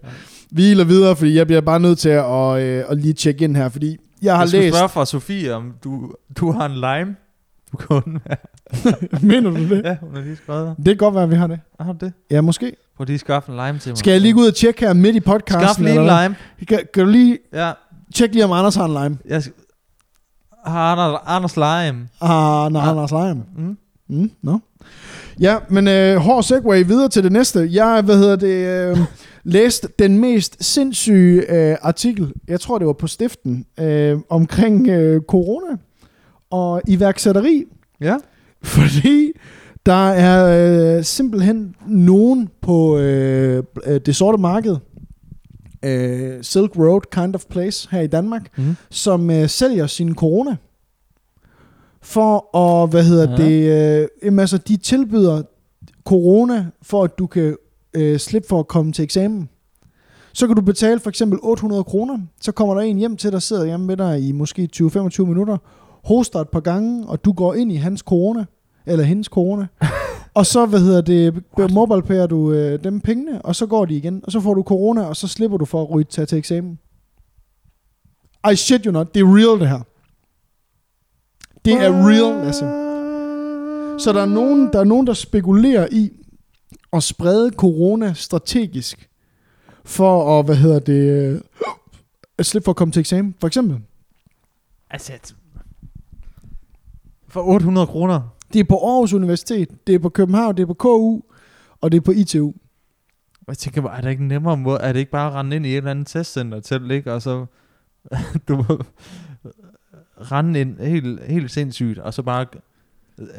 Speaker 2: Vi hviler videre, fordi jeg bliver bare nødt til at, øh, at lige tjekke ind her, fordi jeg har
Speaker 1: Jeg skulle
Speaker 2: læst...
Speaker 1: spørge fra Sofie, om du, du har en lime. Du kan
Speaker 2: Mener du det?
Speaker 1: Ja, hun har lige skrevet.
Speaker 2: Det kan godt være, at vi har det.
Speaker 1: Har du det?
Speaker 2: Ja, måske.
Speaker 1: Prøv lige at skaffe en lime til mig.
Speaker 2: Skal jeg lige gå ud og tjekke her midt i podcasten?
Speaker 1: Skaf lige en
Speaker 2: eller hvad?
Speaker 1: lime.
Speaker 2: Kan, kan du lige
Speaker 1: Ja,
Speaker 2: tjekke lige, om Anders har en lime?
Speaker 1: jeg sk- har Anders, Anders Lime.
Speaker 2: Ah, nej,
Speaker 1: Ah.
Speaker 2: Anders har lime.
Speaker 1: Mm?
Speaker 2: Mm, no. Ja, men øh, hård segway videre til det næste. Jeg, hvad hedder det, øh, læste den mest sindssyge øh, artikel, jeg tror det var på stiften, øh, omkring øh, corona og iværksætteri.
Speaker 1: Ja.
Speaker 2: Fordi der er øh, simpelthen nogen på øh, øh, det sorte marked, øh, Silk Road kind of place her i Danmark,
Speaker 1: Mm.
Speaker 2: som øh, sælger sin corona. For at, hvad hedder
Speaker 1: Ja.
Speaker 2: ja. det, øh, jamen, altså, de tilbyder corona, for at du kan øh, slippe for at komme til eksamen. Så kan du betale for eksempel 800 kroner, så kommer der en hjem til dig, sidder hjemme med dig i måske 20-25 minutter, hoster et par gange, og du går ind i hans corona, eller hendes corona, og så, hvad hedder det, mobilepærer du øh, dem pengene, og så går de igen, og så får du corona, og så slipper du for at ryge tage til eksamen. I shit you not, det er real det her. Det er real, Lasse. Så der er nogen, der, er nogen, der spekulerer i at sprede corona strategisk, for at, hvad hedder det, øh, at slippe for at komme til eksamen, for eksempel.
Speaker 1: Altså, jeg t- for 800 kroner.
Speaker 2: Det er på Aarhus Universitet, det er på København, det er på KU, og det er på ITU.
Speaker 1: Og jeg tænker bare, er det ikke en nemmere måde? Er det ikke bare at rende ind i et eller andet testcenter til, ikke? Og så, du må rende ind helt, helt sindssygt, og så bare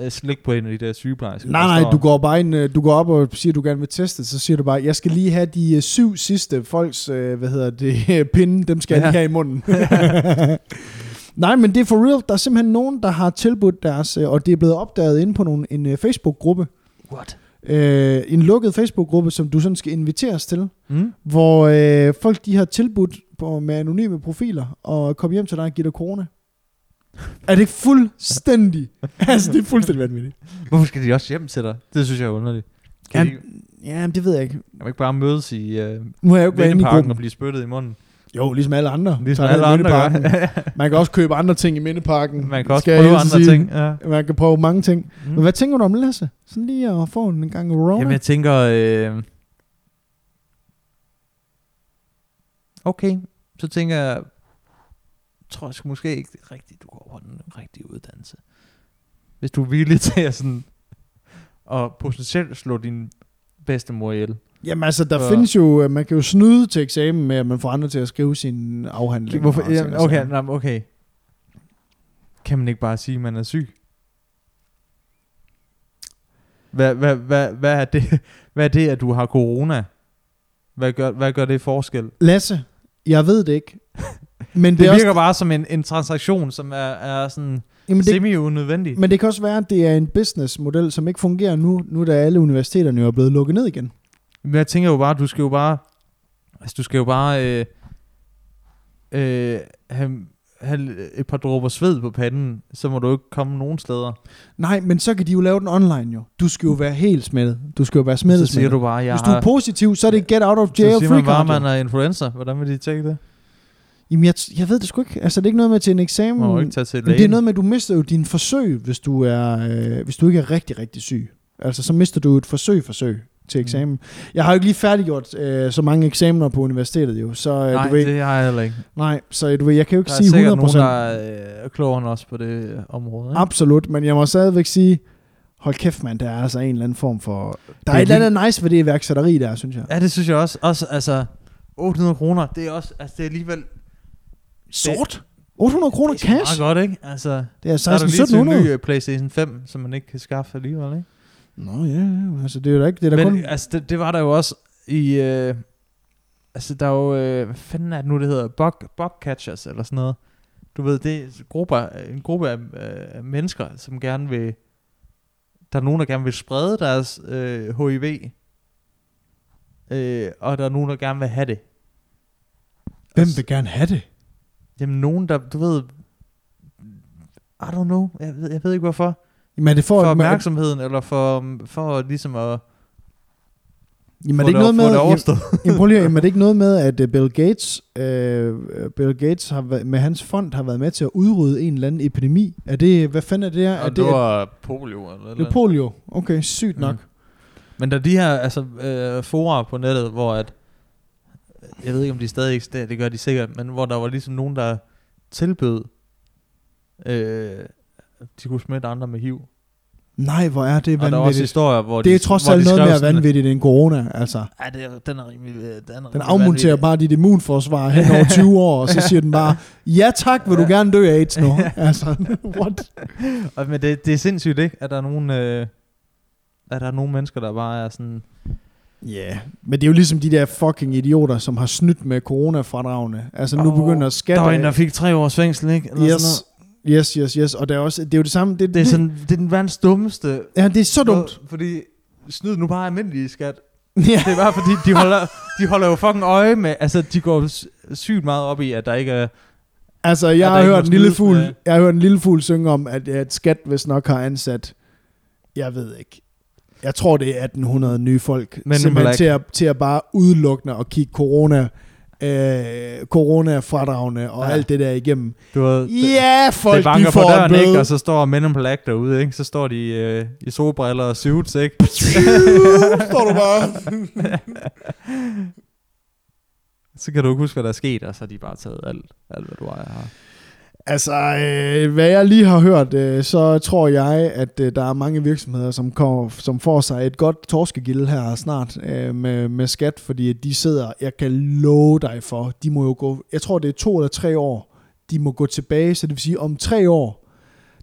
Speaker 1: øh, slik på en af de der sygeplejersker. der
Speaker 2: Nej, nej,
Speaker 1: står-
Speaker 2: du går bare ind, øh, du går op og siger, du gerne vil teste, så siger du bare, jeg skal lige have de øh, syv sidste folks, øh, hvad hedder det, pinde, dem skal ja. jeg
Speaker 1: Ja.
Speaker 2: lige have i munden. nej, men det er for real, der er simpelthen nogen, der har tilbudt deres, øh, og det er blevet opdaget inde på nogle, en øh, Facebook-gruppe,
Speaker 1: What?
Speaker 2: øh, en lukket Facebook-gruppe, som du sådan skal inviteres til,
Speaker 1: Mm?
Speaker 2: hvor øh, folk de har tilbudt på, med anonyme profiler og komme hjem til dig og give dig corona. Er det ikke fuldstændig? altså, det er fuldstændig vanvittigt.
Speaker 1: Hvorfor skal de også hjem til dig? Det synes jeg er underligt. Kan
Speaker 2: Ja,
Speaker 1: de,
Speaker 2: ja, men det ved jeg ikke.
Speaker 1: kan man ikke bare mødes i øh,
Speaker 2: Nu har jeg jo ikke været inde i
Speaker 1: vindeparken
Speaker 2: gruppen.
Speaker 1: og blive spyttet i munden?
Speaker 2: Jo, ligesom alle andre.
Speaker 1: Ligesom
Speaker 2: Så er der
Speaker 1: alle andre gør.
Speaker 2: Mindeparken. Man kan også købe andre ting i mindeparken.
Speaker 1: Man kan også
Speaker 2: skal jeg
Speaker 1: prøve
Speaker 2: hilse
Speaker 1: andre
Speaker 2: sige.
Speaker 1: ting. Ja.
Speaker 2: Man kan prøve mange ting. Mm.
Speaker 1: Mm.
Speaker 2: Men hvad tænker du om Lasse? Sådan lige at få en gang corona?
Speaker 1: Jamen, jeg tænker... Øh... Okay, så tænker jeg... tror jeg sgu måske ikke det er rigtigt, du går på den rigtige uddannelse. Hvis du er villig til at sådan... Og potentielt slå din bedstemor ihjel.
Speaker 2: Jamen altså, der
Speaker 1: Så-
Speaker 2: findes jo, øh, man kan jo snyde til eksamen med, at man får andre til at skrive sin afhandling.
Speaker 1: Hvorfor,
Speaker 2: og altså. ting
Speaker 1: jamen,
Speaker 2: og sager.
Speaker 1: okay, nej, men okay. Kan man ikke bare sige, at man er syg? Hvad, hvad, hvad, hvad, er det, hvad er det, at du har corona? Hvad gør, hvad gør det forskel? Det,
Speaker 2: Lasse, jeg ved det ikke. Men det,
Speaker 1: det
Speaker 2: er
Speaker 1: virker
Speaker 2: også,
Speaker 1: også... bare som en, en transaktion, som er, er sådan
Speaker 2: jamen det,
Speaker 1: semi-unødvendig.
Speaker 2: men det kan også være, at det er en businessmodel, som ikke fungerer nu, nu da alle universiteterne jo er blevet lukket ned igen.
Speaker 1: Men jeg tænker jo bare, du skal jo bare, altså du skal jo bare øh, øh, have, have et par dråber sved på panden, så må du ikke komme nogen steder.
Speaker 2: Nej, men så kan de jo lave den online jo. Du skal jo være helt smittet. Du skal jo være smittet.
Speaker 1: så siger
Speaker 2: smittet.
Speaker 1: du bare, jeg
Speaker 2: Hvis du er
Speaker 1: har,
Speaker 2: positiv, så er det get out of
Speaker 1: så
Speaker 2: jail
Speaker 1: siger
Speaker 2: free
Speaker 1: man
Speaker 2: card.
Speaker 1: bare,
Speaker 2: jo.
Speaker 1: man er influencer. Hvordan vil de tænke det?
Speaker 2: Jamen, jeg, t- jeg ved det sgu ikke. Altså, det er ikke noget med til en eksamen.
Speaker 1: Man må jo ikke tage til
Speaker 2: Hmm. Men
Speaker 1: lægen.
Speaker 2: det er noget med, at du mister jo dine forsøg, hvis du, er, øh, hvis du ikke er rigtig, rigtig syg. Altså, så mister du et forsøg-forsøg til
Speaker 1: Mm.
Speaker 2: eksamen. Jeg har jo ikke lige færdiggjort øh, så mange eksamener på universitetet jo, så øh,
Speaker 1: Nej,
Speaker 2: du ved, det...
Speaker 1: det har jeg heller ikke.
Speaker 2: nej, så øh, du ved, jeg kan jo ikke
Speaker 1: Der er
Speaker 2: sige 100%.
Speaker 1: sikkert nogen, der er øh, klogere end os på det øh, område. Ikke?
Speaker 2: Absolut, men jeg må stadigvæk sige, hold kæft mand, der er altså en eller anden form for... Der er,
Speaker 1: er
Speaker 2: et eller andet nice ved det iværksætteri der, synes jeg.
Speaker 1: Ja, det synes jeg også. Også altså, 800 kroner, det er også, altså det er alligevel...
Speaker 2: Sort? 800 kroner
Speaker 1: det er sgu
Speaker 2: cash?
Speaker 1: Meget godt, ikke? Altså,
Speaker 2: Det er
Speaker 1: så er du lige til en
Speaker 2: 16-1700.
Speaker 1: ny øh, PlayStation 5, som man ikke kan skaffe alligevel, ikke?
Speaker 2: Nå ja, ja, altså det er jo da ikke... Det er da
Speaker 1: Men
Speaker 2: kun...
Speaker 1: altså, det, det var der jo også i... Øh, altså, der er jo... Øh, hvad fanden er det nu, det hedder? Bug, bug catchers eller sådan noget. Du ved, det er grupper, en gruppe af øh, mennesker, som gerne vil... Der er nogen, der gerne vil sprede deres øh, HIV. Øh, og der er nogen, der gerne vil have det.
Speaker 2: Hvem vil gerne have det?
Speaker 1: Jamen, nogen, der... Du ved... I don't know. Jeg ved, jeg ved ikke, hvorfor.
Speaker 2: Jamen er det for,
Speaker 1: For
Speaker 2: at-
Speaker 1: opmærksomheden, eller for, for ligesom at...
Speaker 2: Jamen, er
Speaker 1: få
Speaker 2: det ikke
Speaker 1: op-
Speaker 2: noget med,
Speaker 1: få det overstået.
Speaker 2: jamen, prøv lige, at- jamen, er det ikke noget med, at øh, Bill Gates, øh, øh, Bill Gates har været, med hans fond har været med til at udrydde en eller anden epidemi? Er det, hvad fanden er det her?
Speaker 1: Og
Speaker 2: Er det,
Speaker 1: det var polio eller,
Speaker 2: det
Speaker 1: eller
Speaker 2: er polio. Okay, sygt nok.
Speaker 1: Men der er de her altså, øh, forer på nettet, hvor at, jeg ved ikke om de stadig eksisterer, det gør de sikkert, men hvor der var ligesom nogen, der tilbød, øh, de kunne smitte andre med HIV.
Speaker 2: Nej, hvor er det
Speaker 1: Mm. Og der var også
Speaker 2: vanvittigt.
Speaker 1: historier, hvor
Speaker 2: Det er
Speaker 1: de,
Speaker 2: trods
Speaker 1: hvor
Speaker 2: alt
Speaker 1: de
Speaker 2: noget
Speaker 1: skrev
Speaker 2: mere
Speaker 1: sådan,
Speaker 2: vanvittigt end corona, altså.
Speaker 1: Ja, det er, den er rimelig, øh, den er
Speaker 2: Den
Speaker 1: rimelig
Speaker 2: afmonterer
Speaker 1: vanvittig."
Speaker 2: bare dit immunforsvar hen over 20 år, og så siger den bare, ja tak, vil du gerne dø af AIDS nu? Altså, what?
Speaker 1: Og, men det, det er sindssygt, ikke? At der er nogen, øh, at der er nogen mennesker, der bare er sådan...
Speaker 2: Ja, yeah. men det er jo ligesom de der fucking idioter, som har snydt med coronafradragene. Altså, nu
Speaker 1: Åh,
Speaker 2: begynder
Speaker 1: Der
Speaker 2: skatter...
Speaker 1: var en, der fik tre års fængsel, ikke? Eller sådan
Speaker 2: Yes.
Speaker 1: noget.
Speaker 2: Yes, yes, yes. Og det er, også, det er jo det samme. Det,
Speaker 1: Det er, sådan, det er den verdens dummeste
Speaker 2: Ja, det er så dumt.
Speaker 1: Nå, Fordi snyd nu bare almindelige skat.
Speaker 2: Ja.
Speaker 1: Det er bare fordi, de holder, de holder jo fucking øje med, altså de går s- sygt meget op i, at der ikke er...
Speaker 2: Altså,
Speaker 1: der
Speaker 2: jeg har,
Speaker 1: ikke
Speaker 2: hørt
Speaker 1: må
Speaker 2: en lille
Speaker 1: snydes
Speaker 2: fugl,
Speaker 1: med-
Speaker 2: jeg har hørt en lille fugl synge om, at, at skat hvis nok har ansat, jeg ved ikke, jeg tror det er 1800 nye folk,
Speaker 1: Men
Speaker 2: Men simpelthen
Speaker 1: Black.
Speaker 2: til at, til at bare udelukkende og kigge corona, øh, corona-fradragene og
Speaker 1: Ja.
Speaker 2: ja. alt det der igennem.
Speaker 1: Du ved, det-
Speaker 2: Ja, folk
Speaker 1: det banker på
Speaker 2: de får en
Speaker 1: døren,
Speaker 2: bøde.
Speaker 1: ikke? Altså. Og så står Men in Black derude, ikke? Så står de øh, i solbriller og suits, ikke?
Speaker 2: står du bare.
Speaker 1: Så kan du ikke huske, hvad der er sket, og så har de bare taget alt, alt hvad du ejer her.
Speaker 2: Altså, øh, hvad jeg lige har hørt, øh, så tror jeg, at øh, der er mange virksomheder, som, kommer, som får sig et godt torskegilde her snart øh, med, med skat, fordi at de sidder, jeg kan love dig for, de må jo gå, jeg tror det er to eller tre år, de må gå tilbage, så det vil sige om tre år,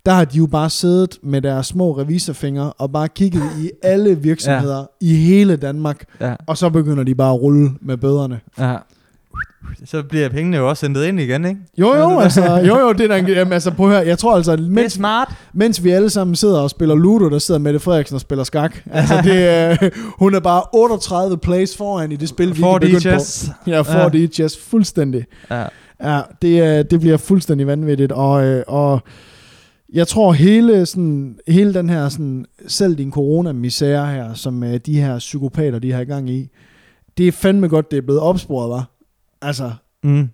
Speaker 2: der har de jo bare siddet med deres små revisorfingre og bare kigget i alle virksomheder ja. i hele Danmark,
Speaker 1: Ja,
Speaker 2: og så begynder de bare at rulle med bøderne.
Speaker 1: ja. Så bliver pengene jo også sendt ind igen, ikke?
Speaker 2: Jo jo, altså, jo, jo, det er da en, jamen, altså, prøv at høre, jeg tror altså,
Speaker 1: Men, det
Speaker 2: mens
Speaker 1: er smart.
Speaker 2: Mens vi alle sammen sidder og spiller Ludo, der sidder Mette Frederiksen og spiller skak. Altså, det, øh, hun er bare 38 plays foran i det spil, vi
Speaker 1: For
Speaker 2: ikke
Speaker 1: de
Speaker 2: begyndte på.
Speaker 1: chess.
Speaker 2: Ja,
Speaker 1: Ja.
Speaker 2: for de just fuldstændig.
Speaker 1: Ja.
Speaker 2: Ja, det, øh, det bliver fuldstændig vanvittigt, og, øh, og jeg tror hele, sådan, hele den her, sådan, selv din corona-misære her, som øh, de her psykopater, de har i gang i, det er fandme godt, det er blevet opsporet, var. Altså,
Speaker 1: Mm.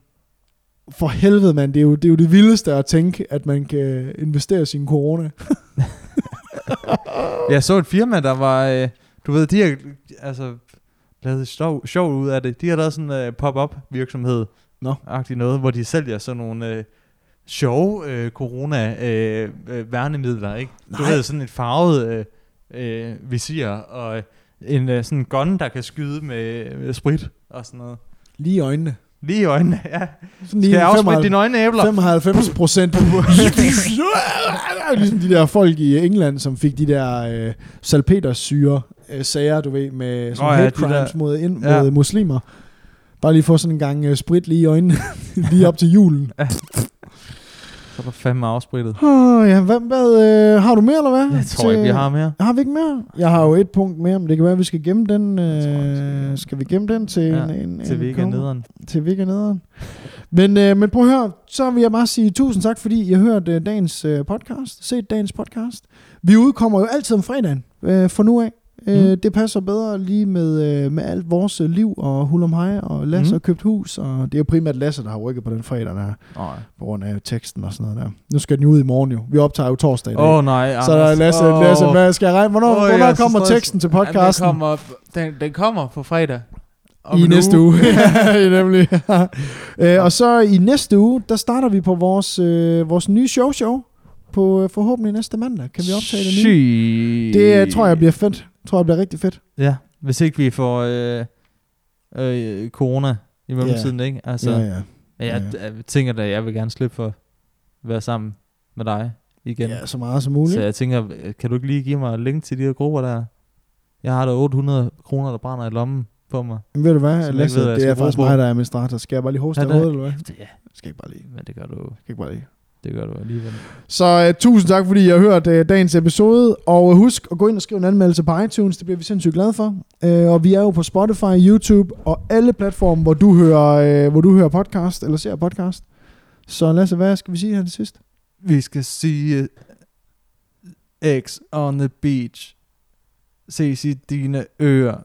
Speaker 2: for helvede, mand. Det er, jo, det er jo det vildeste at tænke, at man kan investere sin corona.
Speaker 1: Jeg så et firma, der var... Øh, du ved, de har altså, lavet sjov, sjov ud af det. De har lavet sådan en øh, pop-up virksomhed.
Speaker 2: Nå.
Speaker 1: Agtig noget, hvor de sælger sådan nogle øh, sjove øh, corona øh, øh, værnemidler, ikke? Du
Speaker 2: Nej.
Speaker 1: ved, sådan et farvet øh, øh, visir og en øh, sådan gun, der kan skyde med, med sprit og sådan noget.
Speaker 2: Lige i øjnene.
Speaker 1: Lige i øjnene, ja.
Speaker 2: Sådan
Speaker 1: Skal
Speaker 2: lige
Speaker 1: jeg afspritte
Speaker 2: 95,
Speaker 1: dine øjenæbler?
Speaker 2: 95 procent. ligesom de der folk i England, som fik de der øh, salpetersyre øh, sager, du ved, med sådan
Speaker 1: Nå ja,
Speaker 2: hate
Speaker 1: de der-
Speaker 2: crimes mod, ind,
Speaker 1: Ja.
Speaker 2: mod muslimer. Bare lige få sådan en gang øh, sprit lige i øjnene, lige op til julen.
Speaker 1: Så er der fandme afsprittet.
Speaker 2: Oh, ja, hvad, hvad øh, har du mere, eller hvad?
Speaker 1: Jeg tror ikke, vi har mere.
Speaker 2: Har vi ikke mere? Jeg har jo et punkt mere, men det kan være, at vi skal gemme den.
Speaker 1: Jeg tror, vi skal-
Speaker 2: Øh, skal vi gemme den til
Speaker 1: Ja,
Speaker 2: en, en,
Speaker 1: Til
Speaker 2: en
Speaker 1: vi ikke er
Speaker 2: kommer?
Speaker 1: nederen.
Speaker 2: til Vigga nederen. Men, øh, men prøv at høre, så vil jeg bare sige tusind tak, fordi I har hørt øh, dagens øh, podcast, set dagens podcast. Vi udkommer jo altid om fredagen, øh, for nu af. Øh,
Speaker 1: Mm.
Speaker 2: Det passer bedre lige med, øh, med alt vores øh, liv og hul om hej, og Lasse
Speaker 1: Mm.
Speaker 2: har købt hus, og det er jo primært Lasse, der har rykket på den fredag der,
Speaker 1: Nej.
Speaker 2: på grund af teksten og sådan noget der. Nu skal den jo ud i morgen jo. Vi optager jo torsdag i dag.
Speaker 1: Åh oh, nej,
Speaker 2: så der er Lasse, oh. Lasse, hvad skal jeg regne? Hvornår, oh, hvornår kommer teksten til podcasten?
Speaker 1: Den kommer, den, den kommer på fredag.
Speaker 2: I næste uge. ja, nemlig. øh, og så i næste uge, der starter vi på vores, øh, vores nye show-show på øh, forhåbentlig næste mandag. Kan vi optage det nye?
Speaker 1: nye?
Speaker 2: Det øh, tror jeg bliver fedt. tror jeg bliver rigtig fedt.
Speaker 1: Ja, hvis ikke vi får øh, øh, corona i mellemtiden, yeah. ikke? Altså,
Speaker 2: Så. Ja, ja.
Speaker 1: ja, jeg, jeg tænker da, jeg vil gerne slippe for at være sammen med dig igen.
Speaker 2: ja, så meget
Speaker 1: så
Speaker 2: som muligt.
Speaker 1: jeg tænker, kan du ikke lige give mig link til de her grupper der? Jeg har da 800 kroner, der brænder i lommen på mig.
Speaker 2: Men ved du hvad,
Speaker 1: jeg ikke
Speaker 2: Lasse,
Speaker 1: ved, hvad jeg
Speaker 2: det er
Speaker 1: skal bruge
Speaker 2: faktisk
Speaker 1: på.
Speaker 2: mig, der er administrator. Skal jeg bare lige hoste
Speaker 1: Ja,
Speaker 2: af
Speaker 1: det-
Speaker 2: hovedet, eller hvad?
Speaker 1: Ja,
Speaker 2: Skal ikke bare lige.
Speaker 1: men det gør du,
Speaker 2: Skal ikke bare lige.
Speaker 1: det gør du alligevel.
Speaker 2: Så uh, tusind tak, fordi I har hørt uh, dagens episode. Og uh, husk at gå ind og skrive en anmeldelse på iTunes. Det bliver vi sindssygt glade for. Uh, og vi er jo på Spotify, YouTube og alle platforme, hvor du hører, uh, hvor du hører podcast eller ser podcast. Så Lasse, hvad skal vi sige her til sidst?
Speaker 1: Vi skal sige øh, X on the beach. Ses i dine ører.